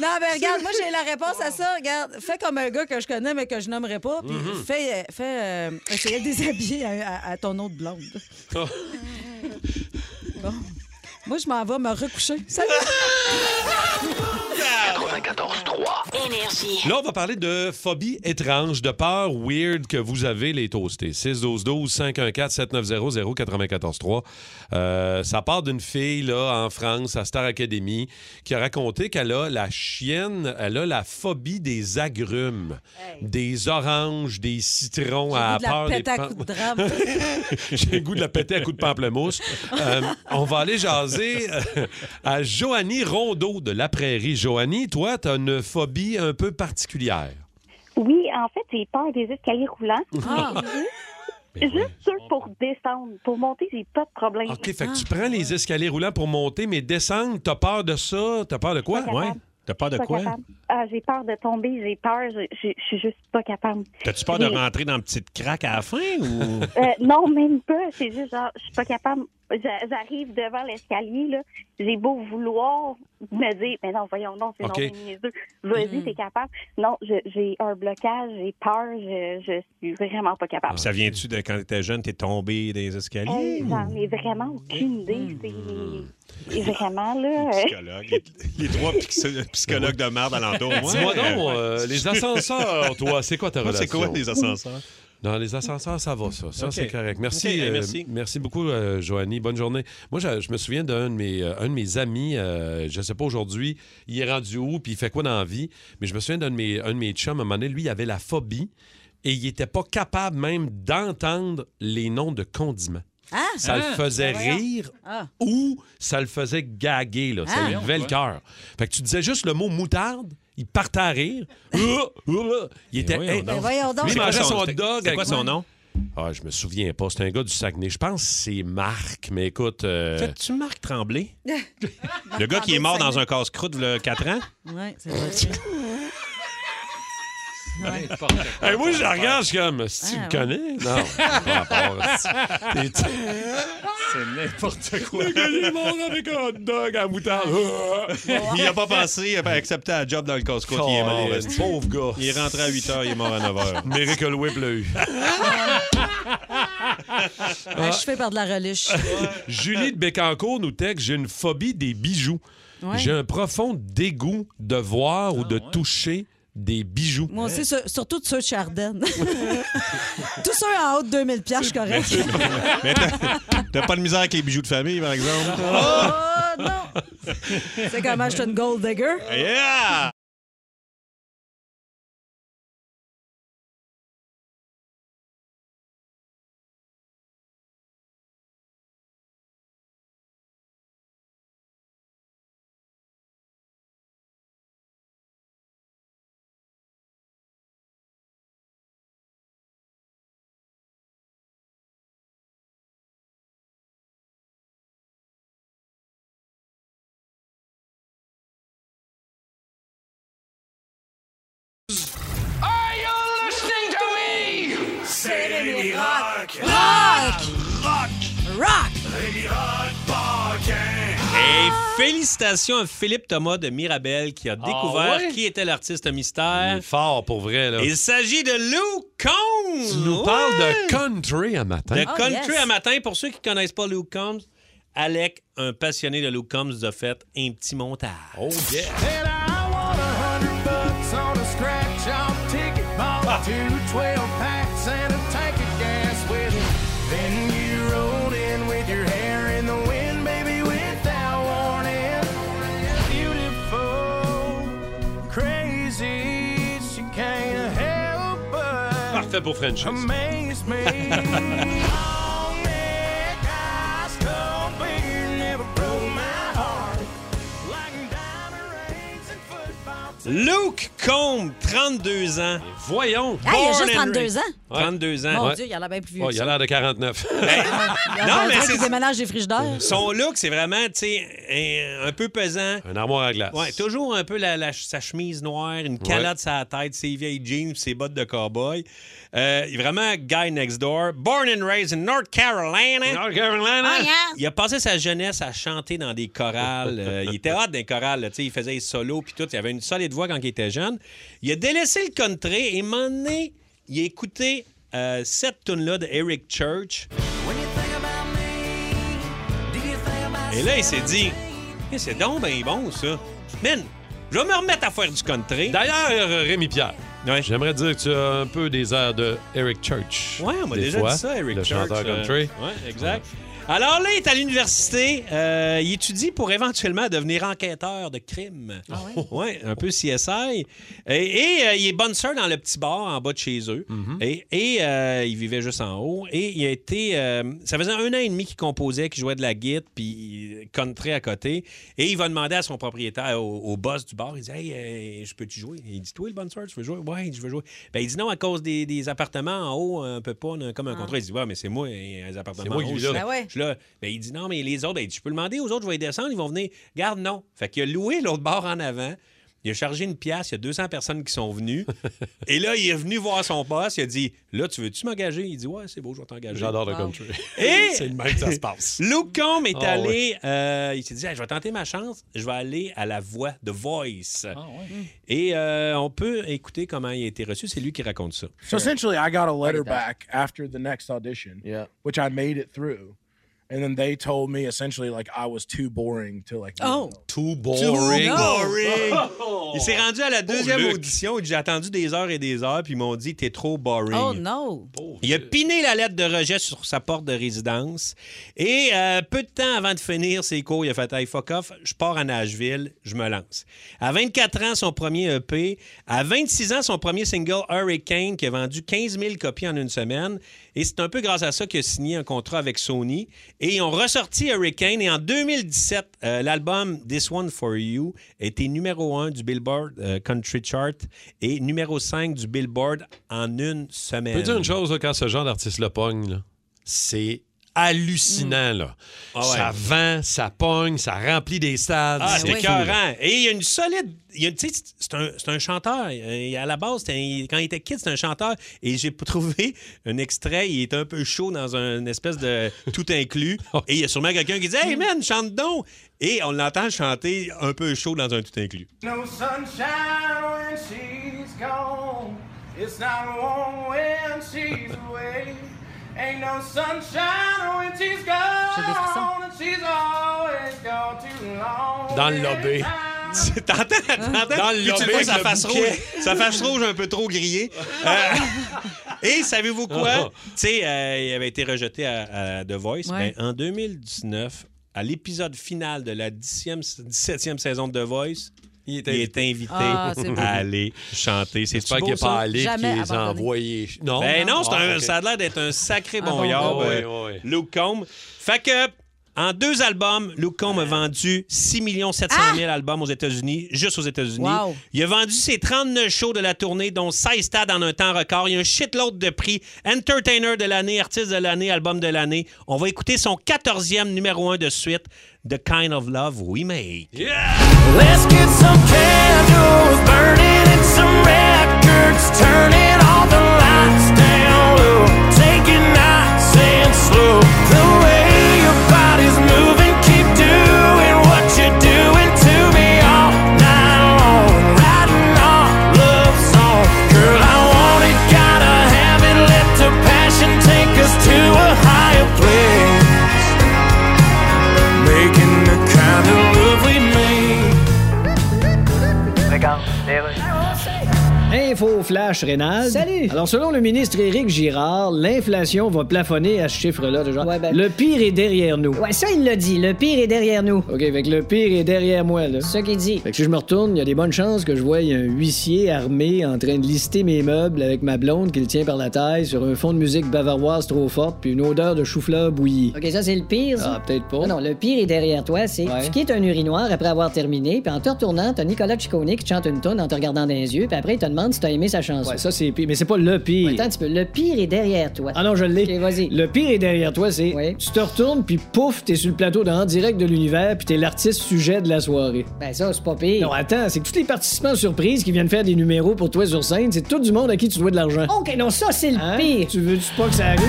Non, mais regarde, moi, j'ai la réponse à ça. Regarde, fais comme un gars que je connais, mais que je nommerai pas. Puis Mhm. fais, euh, fais euh, essayer de déshabiller à, à- à ton autre blonde. Oh. Bon. Moi, je m'en vais me recoucher. Salut! 94.3. Énergie. Là, on va parler de phobie étrange, de peur weird que vous avez, les toastés. 612-12-514-7900-943. Euh, ça part d'une fille, là, en France, à Star Academy, qui a raconté qu'elle a la chienne, elle a la phobie des agrumes, des oranges, des citrons, à de la peur des pète à pam- coups de drame. <laughs> J'ai le goût de la péter à coups de pamplemousse. <laughs> Euh, on va aller jaser euh, à Joanie Rondeau de La Prairie. Joanie, toi, tu as une phobie un peu particulière. Oui, en fait, j'ai peur des escaliers roulants. Ah. Juste juste ceux pour descendre. Pour monter, j'ai pas de problème. OK, fait que tu prends les escaliers roulants pour monter, mais descendre, t'as peur de ça? T'as peur de quoi? Pas capable. Ouais. T'as peur de Pas quoi? capable. Ah, j'ai peur de tomber, j'ai peur, je je- je suis juste pas capable. T'as-tu peur de J'ai- rentrer dans une petite craque à la fin ou. Euh, non, même pas. C'est juste genre, je suis pas capable. J'a- J'arrive devant l'escalier, là. J'ai beau vouloir me dire, mais non, voyons, non, c'est OK. non, c'est niaiseux. Vas-y, Mm. t'es capable. Non, je- j'ai un blocage, j'ai peur, je, je suis vraiment pas capable. Ça vient-tu de quand t'étais jeune, t'es tombé des Oh, escaliers? Oh, Hey, J'en ai vraiment aucune Mm. idée. C'est <laughs> vraiment, là. euh, Psychologue. Les, les trois psy- psychologues de merde alentour. <laughs> Ouais. Dis-moi donc, euh, les ascenseurs, toi, c'est quoi ta Moi, relation? c'est quoi, les ascenseurs? Non, les ascenseurs, ça va, ça. Ça, OK. c'est correct. Merci, OK, hey, euh, merci. beaucoup, euh, Joanie. Bonne journée. Moi, je, je me souviens d'un de, mes, euh, un de mes amis, euh, je sais pas aujourd'hui, il est rendu où, puis il fait quoi dans la vie, mais je me souviens d'un de mes, un de mes chums, à un moment donné, lui, il avait la phobie et il était pas capable même d'entendre les noms de condiments. Ah! Ça le Ah! faisait Ben voyons. rire Ah. ou ça le faisait gaguer, là. Ça Ah. lui levait le cœur. Fait que tu disais juste le mot moutarde, il partait à rire. Ah, ah, ah. il était. voyons donc. Ben voyons donc. Lui, C'est il quoi mangeait son- son hot c'est- dog. c'est quoi avec- son nom? Ah, je me souviens pas. C'est un gars du Saguenay. Je pense que c'est Marc, mais écoute. euh, Fais-tu Marc Tremblay? <laughs> Le gars qui est mort dans un casse-croûte il y a 4 ans? Ouais, <laughs> c'est vrai. Hey, moi, je la regarde, je suis comme, si tu Ah, me ouais. connais? <laughs> Non, pas rapport. T'es- C'est n'importe quoi. Le gars, il est mort avec un hot dog à moutarde. Ah! Il n'y a pas pensé, il a pas accepté un job dans le casse-croûte, il est mort. Colin, esti. Pauvre gars. Il est rentré à 8 h, il est mort à 9 <laughs> h. Miracle Whip l'a eu. Ah. Je fais par de la reliche. Julie de Bécancourt nous texte J'ai une phobie des bijoux. Ouais. Ah, J'ai un profond dégoût de voir ou de toucher des bijoux. Moi aussi, sur- surtout de ceux <laughs> de Chardin. Tous ceux en haut de 2000 piastres, je suis correct. Mais t'as- t'as pas de misère avec les bijoux de famille, par exemple? Oh non! C'est comment je suis une gold digger? Yeah! C'est les miracles. Rock! Les miracles parquets. Et félicitations à Philippe Thomas de Mirabel qui a découvert Ah ouais? qui était l'artiste Il mystère. est fort pour vrai. Là. Il s'agit de Lou Combs! Tu nous parles de country un matin. Le Oh, country yes. à matin, pour ceux qui ne connaissent pas Lou Combs, Alec, un passionné de Lou Combs, a fait un petit montage. Oh, yeah. And I want a hundred bucks on a scratch off ticket. Bought two 12 packs and a tank of gas with it. Then you rolled in with your hair in the wind, baby, without warning. Beautiful, crazy, she can't help but Parfait pour French. amaze me. Long neck, eyes cold beer never broke my heart. Like diamond rings and football teams. Luke Combs, 32 ans. Voyons. Ah, il a Born juste and 32 ans? Ouais. 32 ans. Mon Ouais. Dieu, il a l'air bien plus vieux. Oh, que il a ça. l'air de 49. <laughs> Il a Non, l'air mais d'un c'est- qui déménage des frigidaires. Son look, c'est vraiment, tu sais, un, un peu pesant. un armoire à glace. Ouais, toujours un peu la, la- sa chemise noire, une calotte sur la tête, ses vieilles jeans, ses bottes de cowboy. Euh, il est vraiment guy next door. Born and raised in North Carolina. North Carolina. Il a passé sa jeunesse à chanter dans des chorales. Euh, il était hot dans les chorales. là. Tu sais, Il faisait des solos puis tout. Il avait une solide voix quand il était jeune. Il a délaissé le country et à un moment donné, il a écouté euh, cette tune-là de Eric Church. Et là, il s'est dit, Eh, c'est donc bien bon, ça. Man, Je vais me remettre à faire du country. D'ailleurs, Rémi Pierre, j'aimerais dire que tu as un peu des airs de Eric Church. Ouais, on m'a Des déjà fois, dit ça, Eric le Church. chanteur euh, country. ouais, exact. Alors là, il est à l'université. euh, il étudie pour éventuellement devenir enquêteur de crime. <laughs> ouais? un peu CSI. Et, et, euh, il est bonne sœur dans le petit bar en bas de chez eux. Mm-hmm. Et, et, euh, il vivait juste en haut. Et il a été. euh, ça faisait un an et demi qu'il composait, qu'il jouait de la guitare, puis il country à côté. Et il va demander à son propriétaire, au, au boss du bar, il dit Hey, euh, je peux-tu jouer Il dit Toi, le bonne sœur, tu veux jouer Ouais, je veux jouer. Ben, il dit Non, à cause des, des appartements en haut, on peut pas, on a comme un Ah. contrat. Il dit Ouais, mais c'est moi, euh, les appartements. C'est moi qui en haut, vis je suis là. là. Ben ouais. Je suis là. Ben, il dit Non, mais les autres, ben, il dit, Je peux le demander aux autres, je vais les descendre, ils vont venir. Garde, non. Fait qu'il a loué l'autre bar en avant. Il a chargé une pièce, il y a 200 personnes qui <laughs> sont venues. Et là, il est venu voir son boss, il a dit Là, tu veux-tu m'engager Il dit Ouais, c'est beau, je vais t'engager. J'adore le country. Et C'est le même que ça se <laughs> passe. Luke Combs est Ah, allé, euh, il s'est dit, Hey, je vais tenter ma chance, je vais aller à la voix de Voice. Ah Et euh, on peut écouter comment il a été reçu, c'est lui qui raconte ça. So essentially, I got a letter did that. back after the next audition, yeah, which I made it through, and then they told me essentially like I was too boring to like. Oh. Too boring. boring. Il s'est rendu à Oh, la deuxième audition, il dit, j'ai attendu des heures et des heures, puis ils m'ont dit, t'es trop boring. Oh non! Il a piné la lettre de rejet sur sa porte de résidence. Et euh, peu de temps avant de finir ses cours, il a fait Hey, fuck off, je pars à Nashville, je me lance. À 24 ans, son premier EP. À 26 ans, son premier single Hurricane, qui a vendu 15 000 copies en une semaine. Et c'est un peu grâce à ça qu'il a signé un contrat avec Sony. Et ils ont ressorti Hurricane. Et en 2017, euh, l'album This One for You était numéro 1 du Billboard euh, Country Chart et numéro 5 du Billboard en une semaine. Je peux dire une chose, là, quand ce genre d'artiste-là pogne, là, c'est hallucinant. Là. Ah ouais. Ça vend, ça pogne, ça remplit des stades. Ah, c'est fou, là. écœurant. Et il y a une solide. il y a une- tu sais, c'est- c'est un, c'est un chanteur. Euh, à la base, c'était un- quand il était kid, c'était un chanteur. Et j'ai trouvé un extrait. Il est un peu chaud dans un- une espèce de tout inclus. Et il y a sûrement quelqu'un qui dit Hey man, chante donc. Et on l'entend chanter un peu chaud dans un tout inclus. No <laughs> sunshine when she's gone. It's not warm when she's away. Ain't no sunshine when she's gone. And she's always gone too long. Dans le lobby. T'entends, t'entends? Dans le Puis tu lobby vois avec sa le face bouquet. rouge. Sa face rouge un peu <laughs> trop grillée. Euh, et savez-vous Ah. quoi? Tu sais, euh, il avait été rejeté à, à The Voice. Ouais. Ben, en 2019, à l'épisode final de la 10e, 17e saison de The Voice, il est, invité Ah, c'est beau. à aller chanter. C'est J'espère qu'il n'est pas allé, qu'il les a envoyés. Non. ben non, c'est Ah, un- ok. ça a l'air d'être un sacré Un bon, Ah, bon yard, gars. euh, Oui, Luke Combs. Fait que, en deux albums, Luke Combs a vendu 6 700 000 Ah! albums aux États-Unis, juste aux États-Unis. Wow. Il a vendu ses 39 shows de la tournée, dont 16 stades en un temps record. Il y a un shitload de prix. Entertainer de l'année, artiste de l'année, album de l'année. On va écouter son 14e numéro 1 de suite, The Kind of Love We Make. Let's get some candles burning and some records turning all the lights down low. Take it nice and slow. The way your body's moving, keep doing what you're doing to me all night long. Writing our love song, girl, I want it, gotta have it. Let the passion take us to a higher place. Making the kind of love we make. Info flash rénal. Salut. Alors selon le ministre Éric Girard, l'inflation va plafonner à ce chiffre-là de genre. Le pire est derrière nous. ben. Ouais, ça, il l'a dit. Le pire est derrière nous. OK, fait que le pire est derrière moi, là. Ce qu'il dit. Fait que si je me retourne, il y a des bonnes chances que je voie un huissier armé en train de lister mes meubles avec ma blonde qui le tient par la taille sur un fond de musique bavaroise trop forte puis une odeur de chou-fleur bouilli. OK, ça, c'est le pire. ça. Ah, peut-être pas. Non, non, le pire est derrière toi, c'est Ouais. tu quittes un urinoir après avoir terminé, puis en te retournant, t'as Nicolas Ciccone qui te chante une tonne en te regardant dans les yeux, puis après, il te demande si t'as aimé sa chanson. Ouais, ça c'est pire, mais c'est pas le pire. Attends un petit peu, le pire est derrière toi. Ah non, je l'ai. OK, vas-y. Le pire est derrière toi, c'est tu te retournes puis pouf, t'es sur le plateau d'en direct de l'univers puis t'es l'artiste sujet de la soirée. Ben ça, c'est pas pire. Non, attends, c'est que tous les participants surprises qui viennent faire des numéros pour toi sur scène, c'est tout du monde à qui tu dois de l'argent. OK, non, ça, c'est le Hein? pire. Tu veux-tu pas que ça arrive?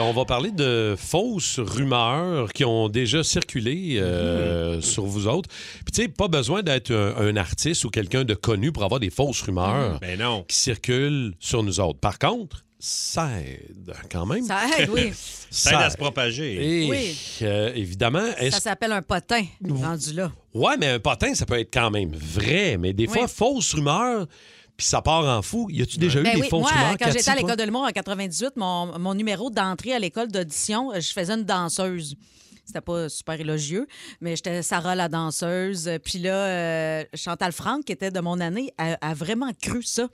On va parler de fausses rumeurs qui ont déjà circulé Mhm. euh, sur vous autres. Puis, tu sais, pas besoin d'être un, un Mhm. artiste ou quelqu'un de connu pour avoir des fausses rumeurs Ben non. qui circulent sur nous autres. Par contre, ça aide quand même. Ça aide, oui. Ça aide à se propager. Et, Oui. euh, évidemment, est-ce Ça s'appelle un potin, rendu là. Ouais, mais un patin, ça peut être quand même vrai, mais des Oui. fois, fausse rumeur, puis ça part en fou. Y a-tu déjà eu Ben des oui, fausses moi, rumeurs? quand j'étais Cathy, à toi? l'école de l'humour en 98, mon, mon numéro d'entrée à l'école d'audition, euh, je faisais une danseuse. C'était pas super élogieux, mais j'étais Sarah la danseuse. Puis là, euh, Chantal Franck, qui était de mon année, a, a vraiment cru ça.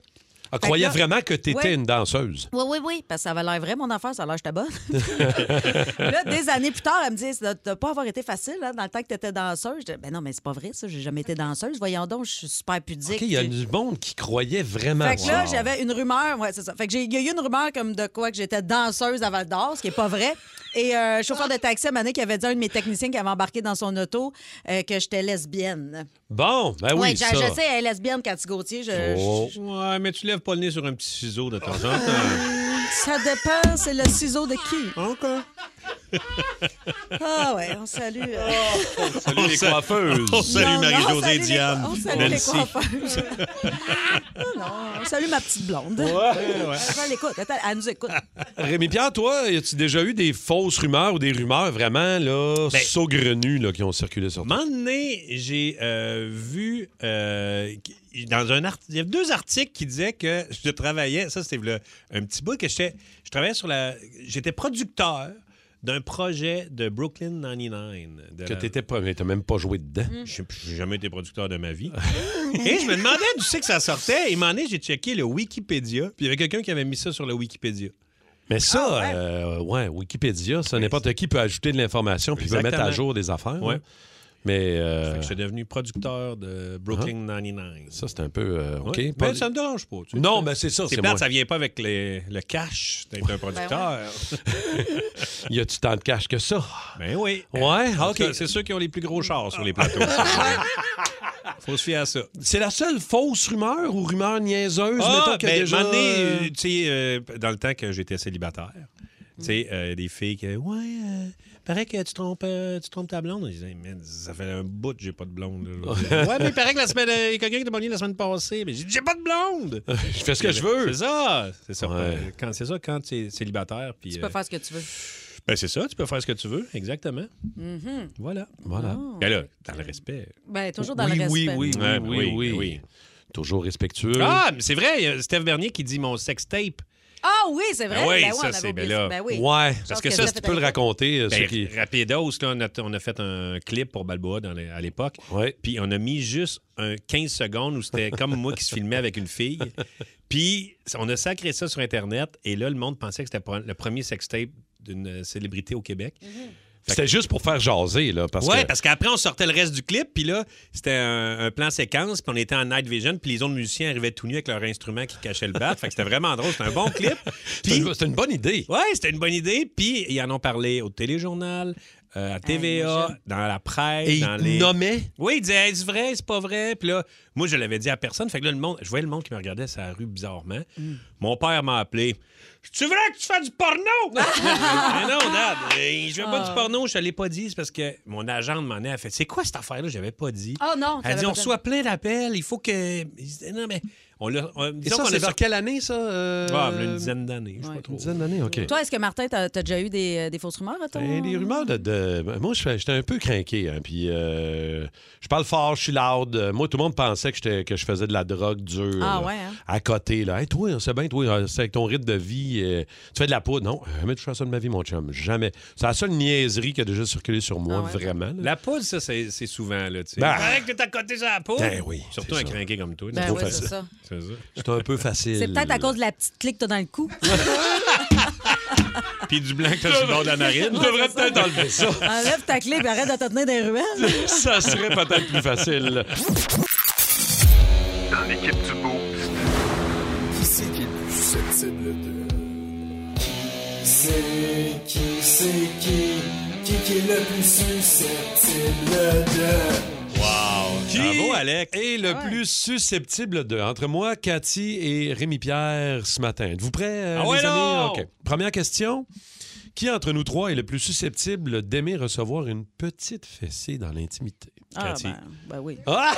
Elle Fait croyait que là- Ah, vraiment que t'étais Ouais. une danseuse. Oui, oui, oui, parce que ça avait l'air vrai, mon affaire, ça a l'air j'étais <laughs> bonne. là, des années plus tard, elle me dit Ça doit pas avoir été facile hein, dans le temps que tu étais danseuse. Je dis Ben non, mais c'est pas vrai, ça, j'ai jamais été danseuse. Voyons donc, je suis super pudique. OK, il y a du monde qui croyait vraiment Fait que là, Wow. j'avais une rumeur, ouais, c'est ça. Fait que j'ai- il y a eu une rumeur comme de quoi que j'étais danseuse à Val d'Or, ce qui est pas vrai. Et euh, un chauffeur de taxi à Mané qui avait dit à un de mes techniciens qui avait embarqué dans son auto euh, que j'étais lesbienne. Bon, ben oui, Oh. ouais, je, ça. je sais, elle est lesbienne, Cathy Gauthier. Je, Ouais, mais tu lèves pas le nez sur un petit ciseau de temps en <laughs> temps. Ça dépend, c'est le ciseau de qui? Encore. Ah ouais, on salue. euh, Salut Oh, les coiffeuses. On Non, salue non, on Marie-Josée salue les- Diane. On salue Nancy. les coiffeuses. Ah <laughs> non, on salue ma petite blonde. Ouais, Eh ouais. Elle l'écoute, attends, elle nous écoute. Rémi-Pierre, toi, as-tu déjà eu des fausses rumeurs ou des rumeurs vraiment là, Ben, saugrenues là, qui ont circulé sur toi? moment donné, j'ai euh, vu euh, qui- dans un art- il y avait deux articles qui disaient que je travaillais, ça c'était le- un petit bout que j'étais je travaillais sur la j'étais producteur d'un projet de Brooklyn 99 de Que la- t'étais pas, mais t'as même pas joué dedans. Je n'ai jamais été producteur de ma <laughs> vie. Et je me demandais d'où c'est que ça sortait. Et m'en j'ai checké le Wikipédia. Puis il y avait quelqu'un qui avait mis ça sur le Wikipédia. Mais ça, Ah, euh, ouais, Wikipédia, ça, n'importe qui peut ajouter de l'information puis peut mettre à Exactement. jour des affaires. Ouais. là. Mais. euh, Ah. Fait que je suis devenu producteur de Brooklyn 99. Ça, c'est un peu. euh, OK. Ouais. Pas- Mais ça me dérange pas. tu sais. Non, mais c'est ça, C'est c'est plate, moi. ça vient pas avec les- le cash. T'es un producteur. Il y a-tu tant de cash que ça? Ben oui. Ouais, En tout OK. cas, C'est ceux qui ont les plus gros chars sur <laughs> les plateaux. Faut se fier à ça. C'est la seule fausse rumeur ou rumeur niaiseuse, mettons, Ah, que ben, déjà... un moment donné, euh, tu sais, euh, dans le temps que j'étais célibataire, tu sais, Mm. euh, des filles qui, ouais, euh, paraît que tu trompes, euh, tu trompes ta blonde. Je disais, man, ça fait un bout que j'ai pas de blonde. là. ouais, mais il paraît que la semaine, euh, il y a quelqu'un qui t'a pogné la semaine passée. Mais j'ai dit, j'ai pas <laughs> de blonde. je fais ce que je veux. C'est ça. C'est ça. Ben, Ouais. Quand c'est ça, quand tu es célibataire, puis. Tu peux euh, faire ce que tu veux. ben, c'est ça, tu peux faire ce que tu veux, exactement. Mhm. Voilà. Voilà. Ben là, dans le respect. Ben, Ah. toujours dans oui, le oui, respect. oui, oui, Ouais, oui, oui, oui, oui. Toujours respectueux. Ah, mais c'est vrai, il y a Steph Bernier qui dit mon sextape. Ah oui, c'est vrai. Ben oui, Ben on ça, avait c'est- oublié ben là, Ben oui. Ouais, Je pense parce que que je ça, l'ai c'est- tu fait peux le avec- raconter, euh, Ben, ceux qui... Rapidos, là, on a, on a fait un clip pour Balboa dans les- à l'époque. Puis on a mis juste un 15 secondes où c'était comme moi qui se filmais avec une fille. Puis on a sacré ça sur Internet. Et là, le monde pensait que c'était pro- le premier sextape d'une euh, célébrité au Québec. C'était juste pour faire jaser, là, parce ouais, que... parce qu'après, on sortait le reste du clip, puis là, c'était un, un plan séquence, puis on était en night vision, puis les autres musiciens arrivaient tout nus avec leur instrument qui cachait le bat. fait que c'était vraiment drôle. C'était un bon clip. C'était une- c'était une bonne idée. Ouais, c'était une bonne idée. Puis ils en ont parlé au téléjournal, euh, à TVA, dans la presse. Et dans ils les... nommaient? Oui, ils disaient, c'est vrai, c'est pas vrai. Puis là, moi, je l'avais dit à personne. Fait que là, le monde, je voyais le monde qui me regardait sur la rue bizarrement. Mm. Mon père m'a appelé. Tu vrai que tu fais <laughs> du porno? Mais non, Dad, euh, je fais pas Ah. du porno, je te l'ai pas dit. C'est parce que mon agent m'en a fait. C'est quoi cette affaire-là? J'avais pas dit. Oh non, Elle t'avais dit, pas on reçoit plein d'appels, il faut que. Il disait, non, mais. On l'a. on- disons ça, qu'on c'est a vers sorti- quelle année, ça? euh? Ah, il y a une dizaine d'années, je sais pas trop. Une dizaine d'années, OK. Toi, est-ce que Martin, t'as t'as déjà eu des, euh, des fausses rumeurs à toi? Ben, les rumeurs de. de- Moi, je fais- j'étais un peu craqué. hein, puis, euh, je parle fort, je suis loud. Euh, Moi, tout le monde pensait que, j'étais- que je faisais de la drogue dure. là, Ah, ouais, hein? À côté, là. Hey, toi, c'est bien, toi, euh, c'est avec ton rythme de vie. euh, tu fais de la poudre. Non, euh, jamais touché à ça de ma vie, mon chum. Jamais. C'est la seule niaiserie qui a déjà circulé sur Ah, moi, vraiment. là. La poudre, ça, c'est c'est souvent, là, tu sais. Ben. Il paraît que t'es à côté sur la poudre. Ben oui, Surtout c'est un ça. crinqué comme toi. Ben trop oui, c'est facile. ça. C'est ça. C'est un peu facile. C'est peut-être à cause de la petite clique que t'as dans le cou. Puis du blanc que t'as sur le bord de la marine. Ouais, c'est ça. Enlève ta clé et arrête de te tenir des ruelles. ça serait peut-être plus facile. Dans l'équipe du Boost, qui c'est qui est plus susceptible de. C'est qui, c'est qui, qui qui est le plus susceptible de... Wow! Qui Bravo, Alex! est le plus susceptible de entre moi, Cathy et Rémi-Pierre ce matin? Êtes-vous prêts, euh, Ah ouais, les amis? non! OK. Première question. Qui entre nous trois est le plus susceptible d'aimer recevoir une petite fessée dans l'intimité? Ah, ben, ben oui. Ah!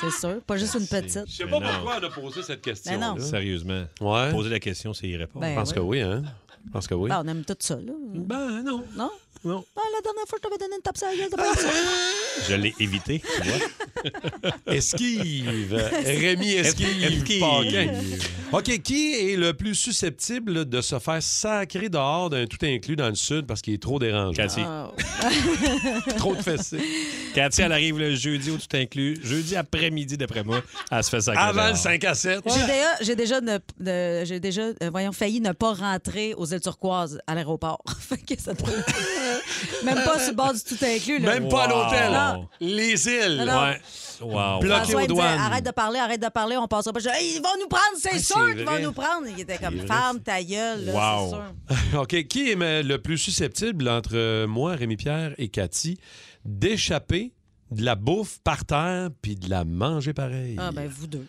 C'est sûr. Pas juste une petite. Je sais pas pourquoi on a posé cette question. Ben non. Sérieusement. Poser la question, c'est y répondre. Ben Je pense oui. que oui, hein? Je pense que oui. Ben, on aime tout ça, là. Ben, non. Non? Non. Ben, la dernière fois, je t'avais donné une tape sur la gueule, t'as pas aimé ça. Je l'ai évité, tu vois. <laughs> Esquive. Rémi Esquive. Esquive. Paquin. OK, qui est le plus susceptible de se faire sacrer dehors d'un tout inclus dans le sud parce qu'il est trop dérangeant? Cathy. Ah, Trop de <laughs> fessées. Cathy, elle arrive le jeudi au tout inclus. Jeudi après-midi, d'après moi, elle se fait sacrer. Avant dehors. le 5 à 7. J'ai déjà, j'ai déjà, ne- ne- j'ai déjà euh, voyons, failli ne pas rentrer aux îles turquoises à l'aéroport. <laughs> Fait que ça doit- Même pas sur le bord du tout inclus. là. Même pas à l'hôtel. Non. Les îles. Non, non. Ouais. Wow. Bloqué aux François, il me disait, douanes. arrête de parler, arrête de parler, on passera pas. Je dis, Hey, ils vont nous prendre, c'est Ah, sûr c'est qu'ils vont vrai. nous prendre. Il était C'est comme, vrai, ferme ta gueule, là, c'est sûr. Wow. OK. Qui est mais, le plus susceptible entre euh, moi, Rémi-Pierre et Cathy d'échapper de la bouffe par terre puis de la manger pareil? Ah, ben, vous deux.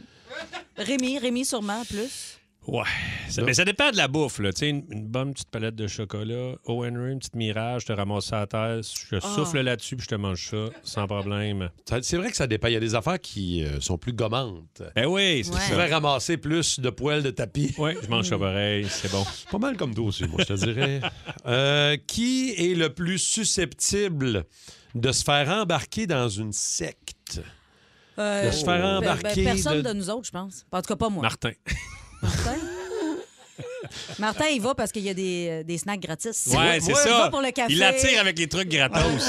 Rémi, Rémi, sûrement, plus. Ouais. Ça- mais ça dépend de la bouffe, là. Tu sais, une, une bonne petite palette de chocolat, au Henry, une petite mirage, je te ramasse ça à terre, je Ah. souffle là-dessus puis je te mange ça, sans problème. Ça- C'est vrai que ça dépend. Il y a des affaires qui euh, sont plus gommantes. Eh oui, c'est Tu ça. pouvais ramasser plus de poêles de tapis. Oui, je mange ça pareil, c'est bon. Pas mal comme toi aussi, moi, je te dirais. Euh, qui est le plus susceptible de se faire embarquer dans une secte? Euh, De se faire ben, ben, embarquer de- personne de... nous autres, je pense. En tout cas, pas moi. <laughs> Martin. Martin, il va parce qu'il y a des, des snacks gratis. Ouais, c'est Moi, il ça. va pour le café. Il l'attire avec les trucs gratos.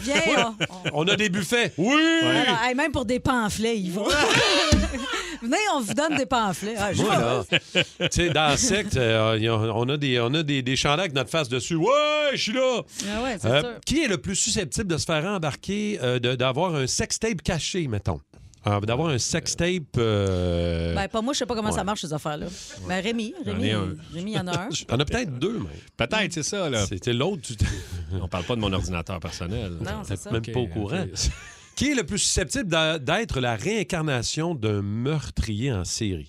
Viens, on- On a des buffets. Oui! Alors, hey, même pour des pamphlets, il va. <laughs> Venez, on vous donne des pamphlets. Ah, je Moi, vois. là, tu sais, dans la secte, euh, y a- on a des, on a des, des chandails avec notre face dessus. Ouais, je suis là! Ah ouais, c'est Euh, sûr. qui est le plus susceptible de se faire embarquer, euh, de- d'avoir un sextape caché, mettons? Euh, d'avoir un sextape. euh, Ben, pas moi, je sais pas comment ouais. ça marche, ces affaires-là. Mais Rémi, J'en Rémi, ai un. Rémi, il y <laughs> en a un. T'en as peut-être deux, même. Ah. Peut-être, c'est ça, là. C'était l'autre. du- On parle pas de mon ordinateur personnel. Non, c'est Peut-être ça. même pas au courant. <laughs> Qui est le plus susceptible d'a- d'être la réincarnation d'un meurtrier en série?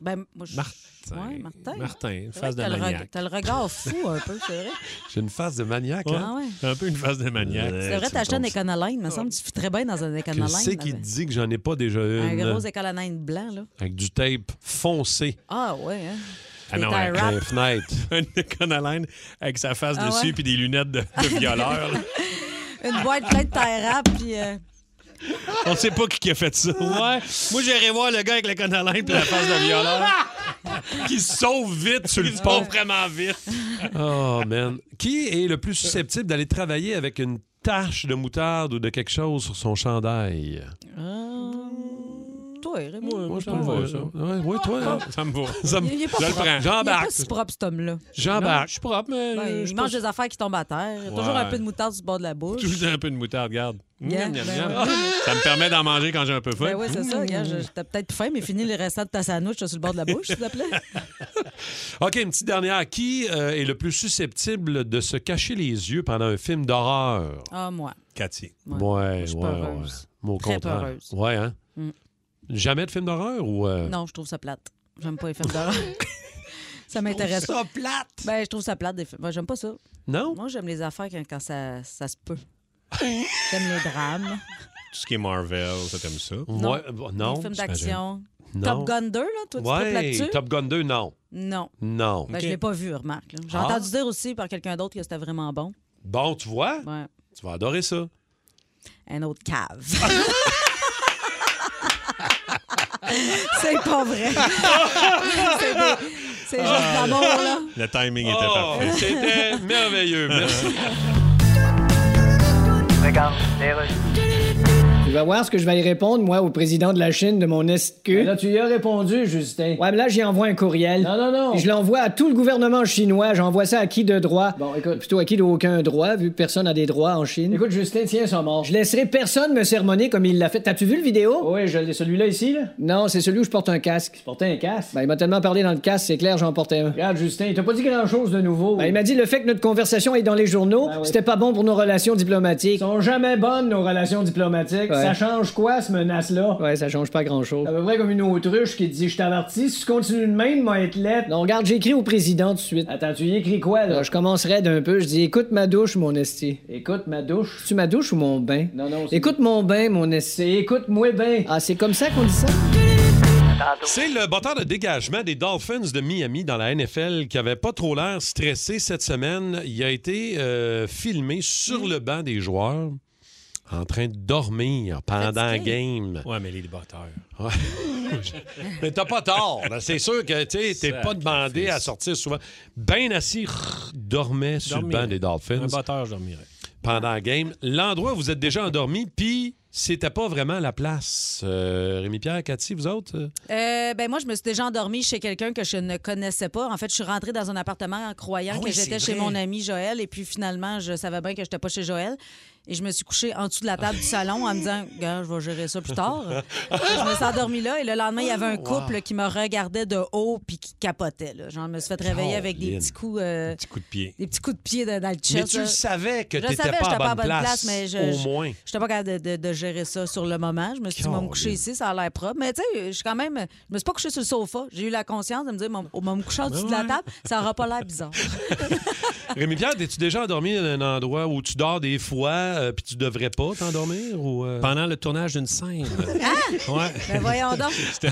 Ben, moi, je... Martin. Ouais, Martin. Martin, une face C'est vrai que de t'as le maniaque. reg- T'as le regard fou un peu, c'est <laughs> vrai. J'ai une face de maniaque. Ah hein? ouais. Un peu une face de maniaque. C'est vrai, t'as acheté un Econoline, me semble. Tu fais très bien dans un Je Econoline. sais qui là, te dit que j'en ai pas déjà Ah, Un une. gros Econoline blanc, là. Avec du tape foncé. Ah ouais, hein. Ah Des non, tie un- wraps. Une <laughs> fenêtre. <laughs> un Econoline avec sa face Ah ouais? dessus puis des lunettes de, de violeur. là. Une boîte pleine de terrap, puis. euh, On sait pas qui qui a fait ça. Ouais. Moi, j'irai voir le gars avec l'Econoline puis la face de violeur. <laughs> qui se sauve vite sur le pont. vraiment vite. Oh, man. Qui est le plus susceptible d'aller travailler avec une tache de moutarde ou de quelque chose sur son chandail? euh, Toi, Rémi. Moi, ça me va, ça. Ouais, ouais, toi, hein? Ça me va. Ça me- Il, il est pas Je le propre. prends. Il est J'embarque. pas si propre, cet homme-là. J'embarque. Je suis propre, mais. Ben, euh, je il mange pense- des affaires qui tombent à terre. Il y a Toujours Ouais. un peu de moutarde sur le bord de la bouche. Tout le temps un peu de moutarde, regarde. Yeah, Miam, miam, ben miam. oui. Ça me permet d'en manger quand j'ai un peu faim. Ben oui, c'est ça. Regarde, je- T'as peut-être faim, mais finis le restant de ta sandwich sur le bord de la bouche, s'il <laughs> te plaît. OK, une petite dernière. Qui euh, est le plus susceptible de se cacher les yeux pendant un film d'horreur? Ah, moi. Cathy. Ouais, je Ben ouais, suis ouais. peureuse. Moi, au Très contraire. peureuse. Ouais, hein? Mm. Jamais de film d'horreur ou. euh, Non, je trouve ça plate. J'aime pas les films <laughs> d'horreur. ça m'intéresse trouves ça pas. plate? Ben, je trouve ça plate. Des films. Ben, j'aime pas ça. Non? Moi, j'aime les affaires quand, quand ça, ça se peut. j'aime les drames. Tout ce qui est Marvel, ça t'aimes ça. Non. Ouais, bon, non, Les films j'imagine. d'action. Non. Top Gun 2, là, toi, tu te ouais, tripes là-dessus? Top Gun 2, non. Non. Non. Ben, Je l'ai pas vu, remarque. là. J'ai Ah. entendu dire aussi par quelqu'un d'autre que c'était vraiment bon. Bon, tu vois? Ouais. Tu vas adorer ça. Un autre cave. <laughs> c'est <laughs> pas vrai. c'est des- c'est juste de Ah. l'amour, là. Le timing était Oh, parfait. <laughs> c'était merveilleux. Merci. Tu vas voir ce que je vais y répondre, moi, au président de la Chine de mon SQ. Ben là, tu y as répondu, Justin. Ouais, mais là, j'y envoie un courriel. Non, non, non. je l'envoie à tout le gouvernement chinois. J'envoie ça à qui de droit? Bon, écoute. Plutôt à qui n'a aucun droit, vu que personne n'a des droits en Chine. Écoute, Justin, tiens ça mort. Je laisserai personne me sermonner comme il l'a fait. T'as-tu vu le vidéo? Oui, je l'ai. Celui-là ici, là? Non, c'est celui où je porte un casque. Tu portais un casque? Ben, il m'a tellement parlé dans le casque, c'est clair, j'en portais un. Regarde, Justin, il t'a pas dit grand-chose de Oh! nouveau. Ben, il m'a dit le fait que notre Ah conversation est dans les journaux, c'était pas bon pour nos relations diplomatiques. Sont jamais bonnes, nos relations diplomatiques. Ça change quoi, ce menace-là? Ouais, ça change pas grand-chose. C'est à peu près comme une autruche qui dit Je t'avertis, si tu continues de même, moi être lettre. Non, regarde, j'écris au président tout de suite. Attends, tu y écris quoi, là? Alors, je commencerai d'un peu. Je dis Écoute ma douche, mon esti. Écoute ma douche. Tu ma douche ou mon bain? Non, non, c'est- Écoute mon bain, mon esti. Écoute-moi bien. Ah, c'est comme ça qu'on dit ça? C'est le batteur de dégagement des Dolphins de Miami dans la NFL qui avait pas trop l'air stressé cette semaine. Il a été euh, filmé sur le banc des joueurs en train de dormir pendant la game. Ouais, mais les batteurs. Ouais. mais t'as pas <laughs> tort. là. Ben, C'est sûr que tu sais, t'es pas demandé à sortir souvent. Ben assis, rrr, dormait sur le Dormirait. banc des Dolphins Un batteur, je dormirais. pendant la game. L'endroit où vous êtes déjà endormi, puis c'était pas vraiment la place. Euh, Rémi-Pierre, Cathy, vous autres? euh? Euh, ben moi, je me suis déjà endormie chez quelqu'un que je ne connaissais pas. En fait, je suis rentrée dans un appartement en croyant Ah que oui, j'étais c'est chez vrai. mon ami Joël. Et puis finalement, je savais bien que je n'étais pas chez Joël. Et je me suis couchée en dessous de la table du salon en me disant, gars, je vais gérer ça plus tard. je me suis endormie là. Et le lendemain, il y avait un couple qui me regardait de haut puis qui capotait. Là. Genre, je me suis fait Oh, réveiller avec des Caroline. petits coups. euh, Coup de pied. des petits coups de pied dans dans le chest. Mais tu là. le savais que Je t'étais savais que pas à j'étais bonne place, mais je, au je- moins. j'étais pas capable de, de- de gérer ça sur le moment. Je me suis dit, moi, me coucher ici, ça a l'air propre. Mais tu sais, je suis quand même. Je me suis pas couchée sur le sofa. J'ai eu la conscience de me dire, on va me coucher en dessous de la Ouais. table, ça aura pas l'air <laughs> bizarre. Rémi-Pierre, es-tu déjà endormi dans un endroit où tu dors des fois, euh, puis tu devrais pas t'endormir? Ou, euh? Ah! Pendant le tournage d'une scène. <laughs> Ouais. <laughs> Ben voyons donc. J'étais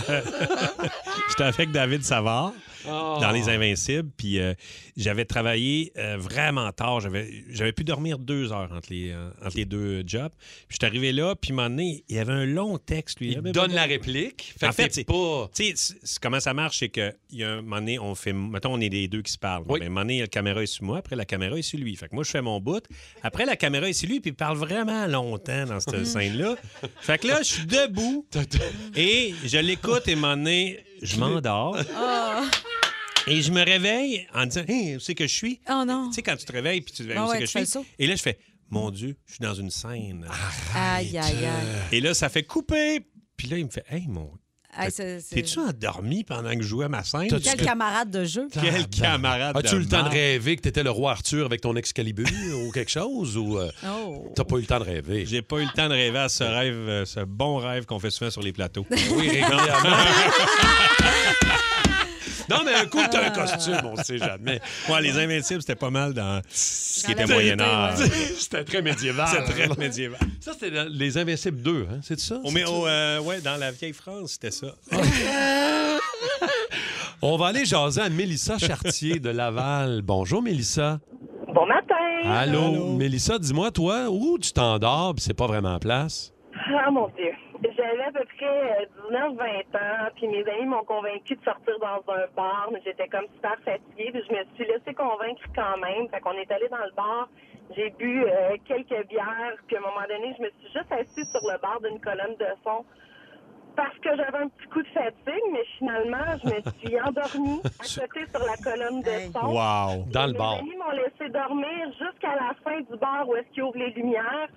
j'étais avec David Savard Oh. dans Les Invincibles, puis euh, j'avais travaillé euh, vraiment tard. J'avais j'avais pu dormir deux heures entre les, euh, entre les deux jobs. Puis je suis arrivé là, puis à un moment donné, il y avait un long texte. Lui. Il te donne la réplique. Fait en que fait, t'es c'est pas. Tu sais, c'est- c'est- comment ça marche, c'est que il y a un moment donné, on fait. Mettons, on est les deux qui se parlent. Mais un moment donné, la caméra est sur moi, après la caméra est sur lui. Fait que moi, je fais mon bout. Après, la caméra est sur lui, puis il parle vraiment longtemps <laughs> dans cette scène-là. Fait que là, je suis debout et je l'écoute et à un moment donné, je m'endors. Ah. Et je me réveille en disant, hey, où c'est que je suis? Oh non. Tu sais, quand tu te réveilles, puis tu te Ah où ouais, c'est que tu je fais le suis? saut. Et là, je fais, mon Dieu, je suis dans une scène. Aïe, aïe, aïe. Et là, ça fait couper. Puis là, il me fait, hey, mon. Aïe, c'est- c'est- T'es-tu endormi pendant que je jouais à ma scène? Quel camarade de jeu. Quel camarade As-tu de eu le temps de marde. rêver que t'étais le roi Arthur avec ton Excalibur <laughs> ou quelque chose? Ou euh, Oh. t'as pas eu le temps de rêver? J'ai pas eu le temps de rêver à ce rêve, euh, ce bon rêve qu'on fait souvent sur les plateaux. <laughs> Oui, <laughs> régulièrement. non, mais un coup, t'as un costume, on sait jamais. Ouais, les Invincibles, c'était pas mal dans ce qui Dans la était vérité, Moyen-Âge. ouais. <laughs> C'était très médiéval. <laughs> C'était très médiéval. Ça, c'était dans Les Invincibles 2, hein? c'est ça? Oh, mais oh, euh, ouais, dans la vieille France, c'était ça. On va aller jaser à Mélissa Chartier de <laughs> Laval. Bonjour, Mélissa. Bon matin! Allô, Mélissa, dis-moi, toi, où tu t'endors puis c'est pas vraiment en place? Ah mon Dieu! J'avais à peu près 19-20 ans, puis mes amis m'ont convaincu de sortir dans un bar, mais j'étais comme super fatiguée, puis je me suis laissée convaincre quand même. Fait qu'on est allé dans le bar, j'ai bu euh, quelques bières, puis à un moment donné, je me suis juste assise sur le bar d'une colonne de son parce que j'avais un petit coup de fatigue, mais finalement, je me suis endormie à côté sur la colonne de son. Ah Dans le Mes bar. amis m'ont laissé dormir jusqu'à la fin du bar où est-ce qu'ils ouvrent les lumières.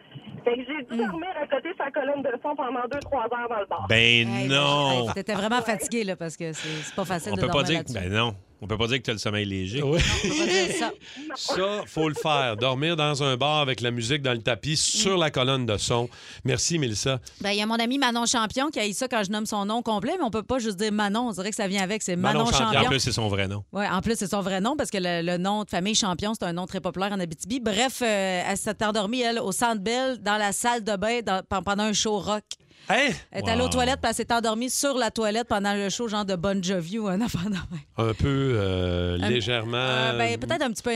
Fait que j'ai dû dormir à côté de sa colonne de fond pendant 2-3 heures dans le bar. Ben non! Hey, T'étais vraiment fatigué là, parce que c'est c'est pas facile On de peut pas dormir dire que. là-dessus. Ben non. On peut pas dire que t'as le sommeil léger. On peut pas dire ça. Ça, faut le faire. Dormir dans un bar avec la musique dans le tapis sur la colonne de son. Merci, Mélissa. Ben, il y a mon ami Manon Champion qui a eu ça quand je nomme son nom complet, mais on peut pas juste dire Manon. On dirait que ça vient avec. C'est Manon, En plus, c'est son vrai nom. Oui, en plus, c'est son vrai nom parce que le, le nom de famille Champion, c'est un nom très populaire en Abitibi. Bref, euh, elle s'est endormie, elle, au Centre Bell, dans la salle de bain dans- pen- pendant un show rock. Hein? Elle est allée aux Wow. toilettes puis elle s'est endormie sur la toilette pendant le show, genre de Bon Jovi ou un enfant de même. Un peu euh, Un- légèrement. Euh, ben, Peut-être un petit peu...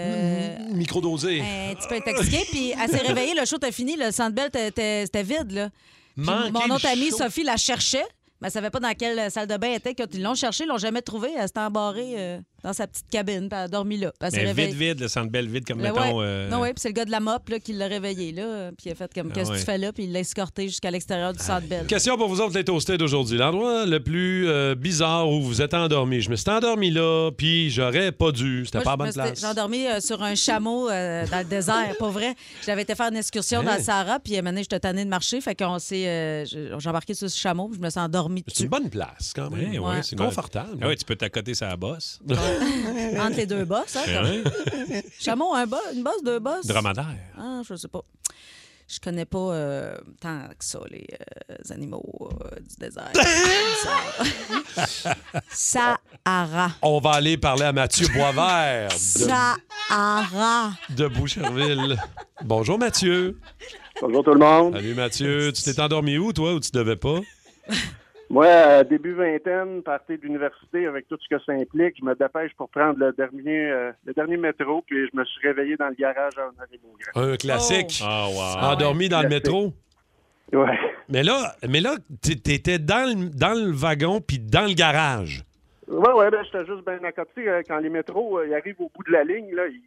euh, Microdosé. un <laughs> petit peu intoxiquée, puis elle s'est réveillée, le show était fini, le Centre Bell était- était c'était vide. Là. Puis Manquer mon autre le amie, show. Sophie, la cherchait, mais elle savait pas dans quelle salle de bain elle était. Quand ils l'ont cherchée, ils l'ont jamais trouvée. Elle s'est embarrée euh, dans sa petite cabine, puis elle a dormi là. Puis elle s'est Mais réveillée. vide, vide, le centre belle vide, comme Là, mettons. Ben ouais. euh, Non, ouais, puis c'est le gars de la MOP là, qui l'a réveillée, là. Puis il a fait comme, Ah, qu'est-ce que ouais. Ah tu fais là? Puis il l'a escortée jusqu'à l'extérieur du Centre Bell. Question pour vous autres, les toastés d'aujourd'hui. L'endroit le plus euh, bizarre où vous êtes endormi. Je me suis endormi là, puis j'aurais pas dû. C'était Moi, pas à je me bonne suis- place. J'ai endormi euh, sur un chameau euh, dans le désert, pas vrai. J'avais été faire une excursion dans Hein? le Sahara, puis euh, maintenant, j'étais tannée de marcher. Fait qu'on s'est. euh, je- j'ai embarqué sur ce chameau, puis je me suis endormie. C'est une bonne place, quand même. Ouais, ouais, Ouais. c'est Eh Confortable. Ah ouais, tu peux t'accoter sa bosse. Entre les deux bosses. Hein, Ben <laughs> comme- Chameau, un boss, une bosse, deux bosses. Dromadaire. Ah, je sais pas. Je connais pas euh, tant que ça les euh, animaux euh, du <laughs> désert. Comme ça. Sahara. On va aller parler à Mathieu Boisvert de, Sahara. de Boucherville. Bonjour Mathieu. Bonjour tout le monde. Salut Mathieu. Tu t'es endormi où toi ou tu devais pas? Moi, euh, début vingtaine, partie d'université avec tout ce que ça implique, je me dépêche pour prendre le dernier, euh, le dernier métro, puis je me suis réveillé dans le garage à honoré Beaugrand. Un classique. Oh. Ah Endormi ouais. dans le Classique. métro. Ouais. Mais là, mais là t- t'étais dans le, dans le wagon puis dans le garage. Ouais, ouais, ben, j'étais juste bien à côté. euh, quand les métros euh, ils arrivent au bout de la ligne, là, ils,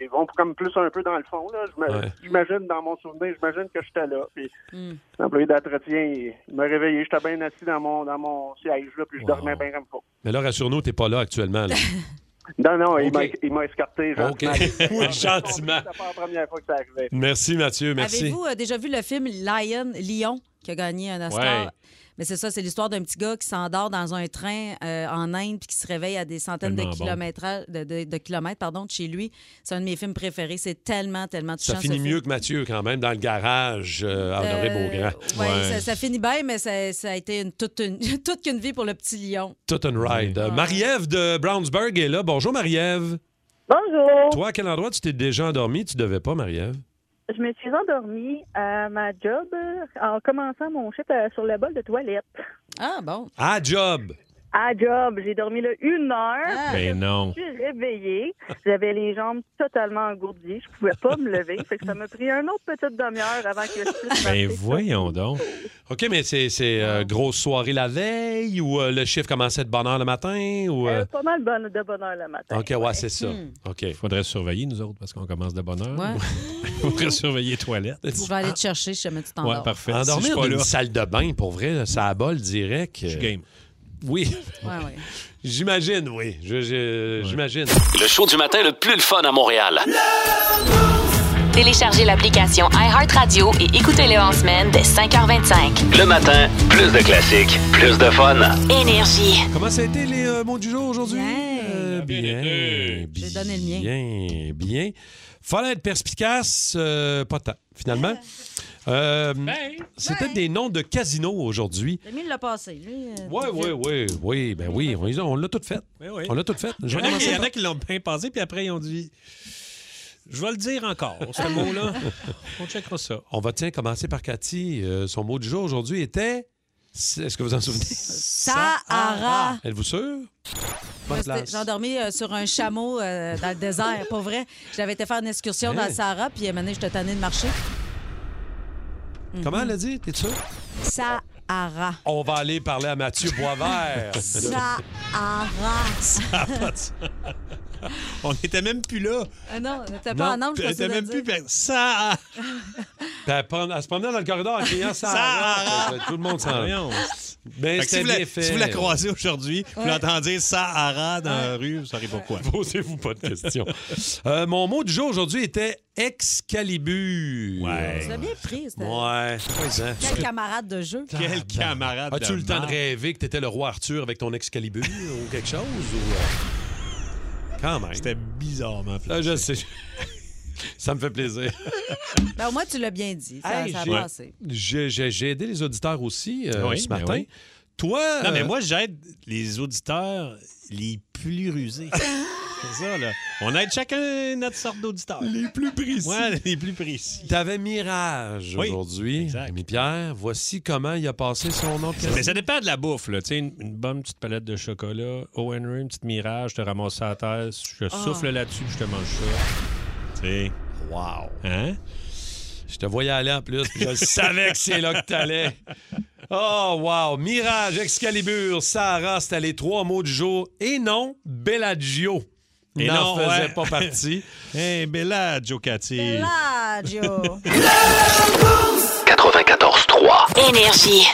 ils vont comme plus un peu dans le fond. Là. Je me- Ouais. J'imagine, dans mon souvenir, j'imagine que j'étais là. Puis Hmm. l'employé d'entretien, il, il m'a réveillé. J'étais bien assis dans mon, dans mon siège, là, puis je dormais bien comme faut. Mais là, rassure-nous, t'es pas là actuellement. là. Non, non, il Ok. m'a- il m'a escorté. <laughs> OK. Oui, <laughs> gentiment. C'était pas la première fois que ça arrivait. Merci Mathieu, merci. Avez-vous euh, déjà vu le film Lion, Lion, qui a gagné un Oscar? Ouais. Mais c'est ça, c'est l'histoire d'un petit gars qui s'endort dans un train euh, en Inde puis qui se réveille à des centaines de, Tellement bon. kilométra- de, de- de kilomètres pardon, de chez lui. C'est un de mes films préférés. C'est tellement, tellement touchant. Ça ce finit film. mieux que Mathieu quand même dans le garage euh, à Honoré Euh, Beaugrand. Ouais, Ça, ça finit bien, mais ça, ça a été une, toute, une, <laughs> toute qu'une vie pour le petit lion. Tout un ride. Euh, Marie-Ève de Brownsburg est là. Bonjour Marie-Ève. Bonjour. Toi, à quel endroit tu t'es déjà endormi? Tu devais pas, Marie-Ève. Je me suis endormie à ma job euh, en commençant mon shift euh, sur le bol de toilette. Ah, bon. Ah, job! À job, j'ai dormi là une heure. Ben non. Je me suis réveillée. J'avais les jambes totalement engourdies. Je pouvais pas me lever. Fait que ça m'a pris une autre petite demi-heure <laughs> avant que je puisse Ben voyons donc. OK, mais c'est, c'est, euh, grosse soirée la veille ou euh, le chiffre commençait de bonne heure le matin ou... euh, pas mal bonne, de bonne heure le matin. OK, ouais, c'est ça. Hmm. OK. Faudrait surveiller, nous autres, parce qu'on commence de bonne heure. <laughs> Ouais. Faudrait surveiller les toilettes. Je vais Ah. aller te chercher si jamais tu t'endors. Ouais, parfait. Si je suis Endormir euh, pas dans une là. salle de bain, pour vrai, là, ça abole direct. Je game. Oui. <laughs> Ouais, ouais. J'imagine, oui. Je- je- J'imagine. Le show du matin le plus le fun à Montréal. Téléchargez l'application iHeartRadio et écoutez-le en semaine dès 5h25. Le matin, plus de classiques, plus de fun. Énergie. Comment ça a été les euh, mots du jour aujourd'hui? Euh, bien. J'ai donné le mien. Bien, bien. Fallait être perspicace, euh, pas tant, finalement. Euh, Ben, C'était des noms de casinos aujourd'hui. Rémi l'a passé, lui. euh, Oui, tout oui, vite. oui, oui, ben oui, on, les a- on l'a tout fait. Ben oui. On l'a tout fait. Il Je y vais en a qui- commencer il y en par- a qui l'ont bien passé, puis après, ils ont dit Je vais le dire encore, <laughs> ce mot-là. On checkera ça. On va tiens commencer par Cathy. Euh, son mot du jour aujourd'hui était. Est-ce que vous en <laughs> souvenez? Sahara. Êtes-vous sûr? Moi, Bonne c'était- place. J'ai endormi euh, sur un chameau euh, dans le désert, pas vrai. J'avais été faire une excursion dans Hein? le Sahara, puis à un moment donné, j'étais tannée de marcher. Mm-hmm. Comment elle a dit? T'es sûr? Sahara. On va aller parler à Mathieu <laughs> Boisvert. Sahara. Ah, pas de sens. on n'était même plus là. Ah <laughs> non, t'es pas en ange, je on pensais n'était de même dire. plus. Ça. Puis elle, prend- elle se promenait dans le corridor en criant ça. Sahara. Tout le monde s'en Voyons. Mais Fait que si, c'était vous bien la, fait. si vous <laughs> la croisez aujourd'hui, vous Ouais. l'entendez Sahara dans la rue, vous saurez <laughs> pourquoi. Posez-vous pas de questions. Euh, mon mot du jour aujourd'hui était Excalibur. Ouais. Tu l'as bien pris, c'était- Ouais. c'est pas évident. Quel camarade de jeu. Quel camarade. As-tu de eu le temps de marde. rêver que t'étais le roi Arthur avec ton Excalibur ou quelque chose? ou, euh, Quand même. C'était bizarrement Ah, Je sais. Ça me fait plaisir. Ben, au moins, tu l'as bien dit. Ça, Hey, ça a j'ai- passé. J'ai j'ai- j'ai aidé les auditeurs aussi euh, Oui, ce ben matin. oui. Toi. Non, mais euh, moi, j'aide les auditeurs les plus <laughs> rusés. C'est ça, là. On aide chacun notre sorte d'auditeur. Les plus précis. Ouais, les plus précis. T'avais Mirage Oui, aujourd'hui, Rémi Pierre. Voici comment il a passé son nom. Mais ça dépend de la bouffe, là. Tu sais, une, une bonne petite palette de chocolat, au Henry, une petite mirage, je te ramasse ça à terre, je Ah. souffle là-dessus, puis je te mange ça. Tu sais. Wow. Hein? Je te voyais aller en plus, <laughs> puis je le savais que c'est là que t'allais. Oh, wow! Mirage, Excalibur, Sahara, c'était les trois mots du jour. Et non, Bellagio Et n'en non, faisait ouais. Eh, pas <laughs> partie. Hey, Bellagio, Cathy. Bellagio. 94.3. Énergie.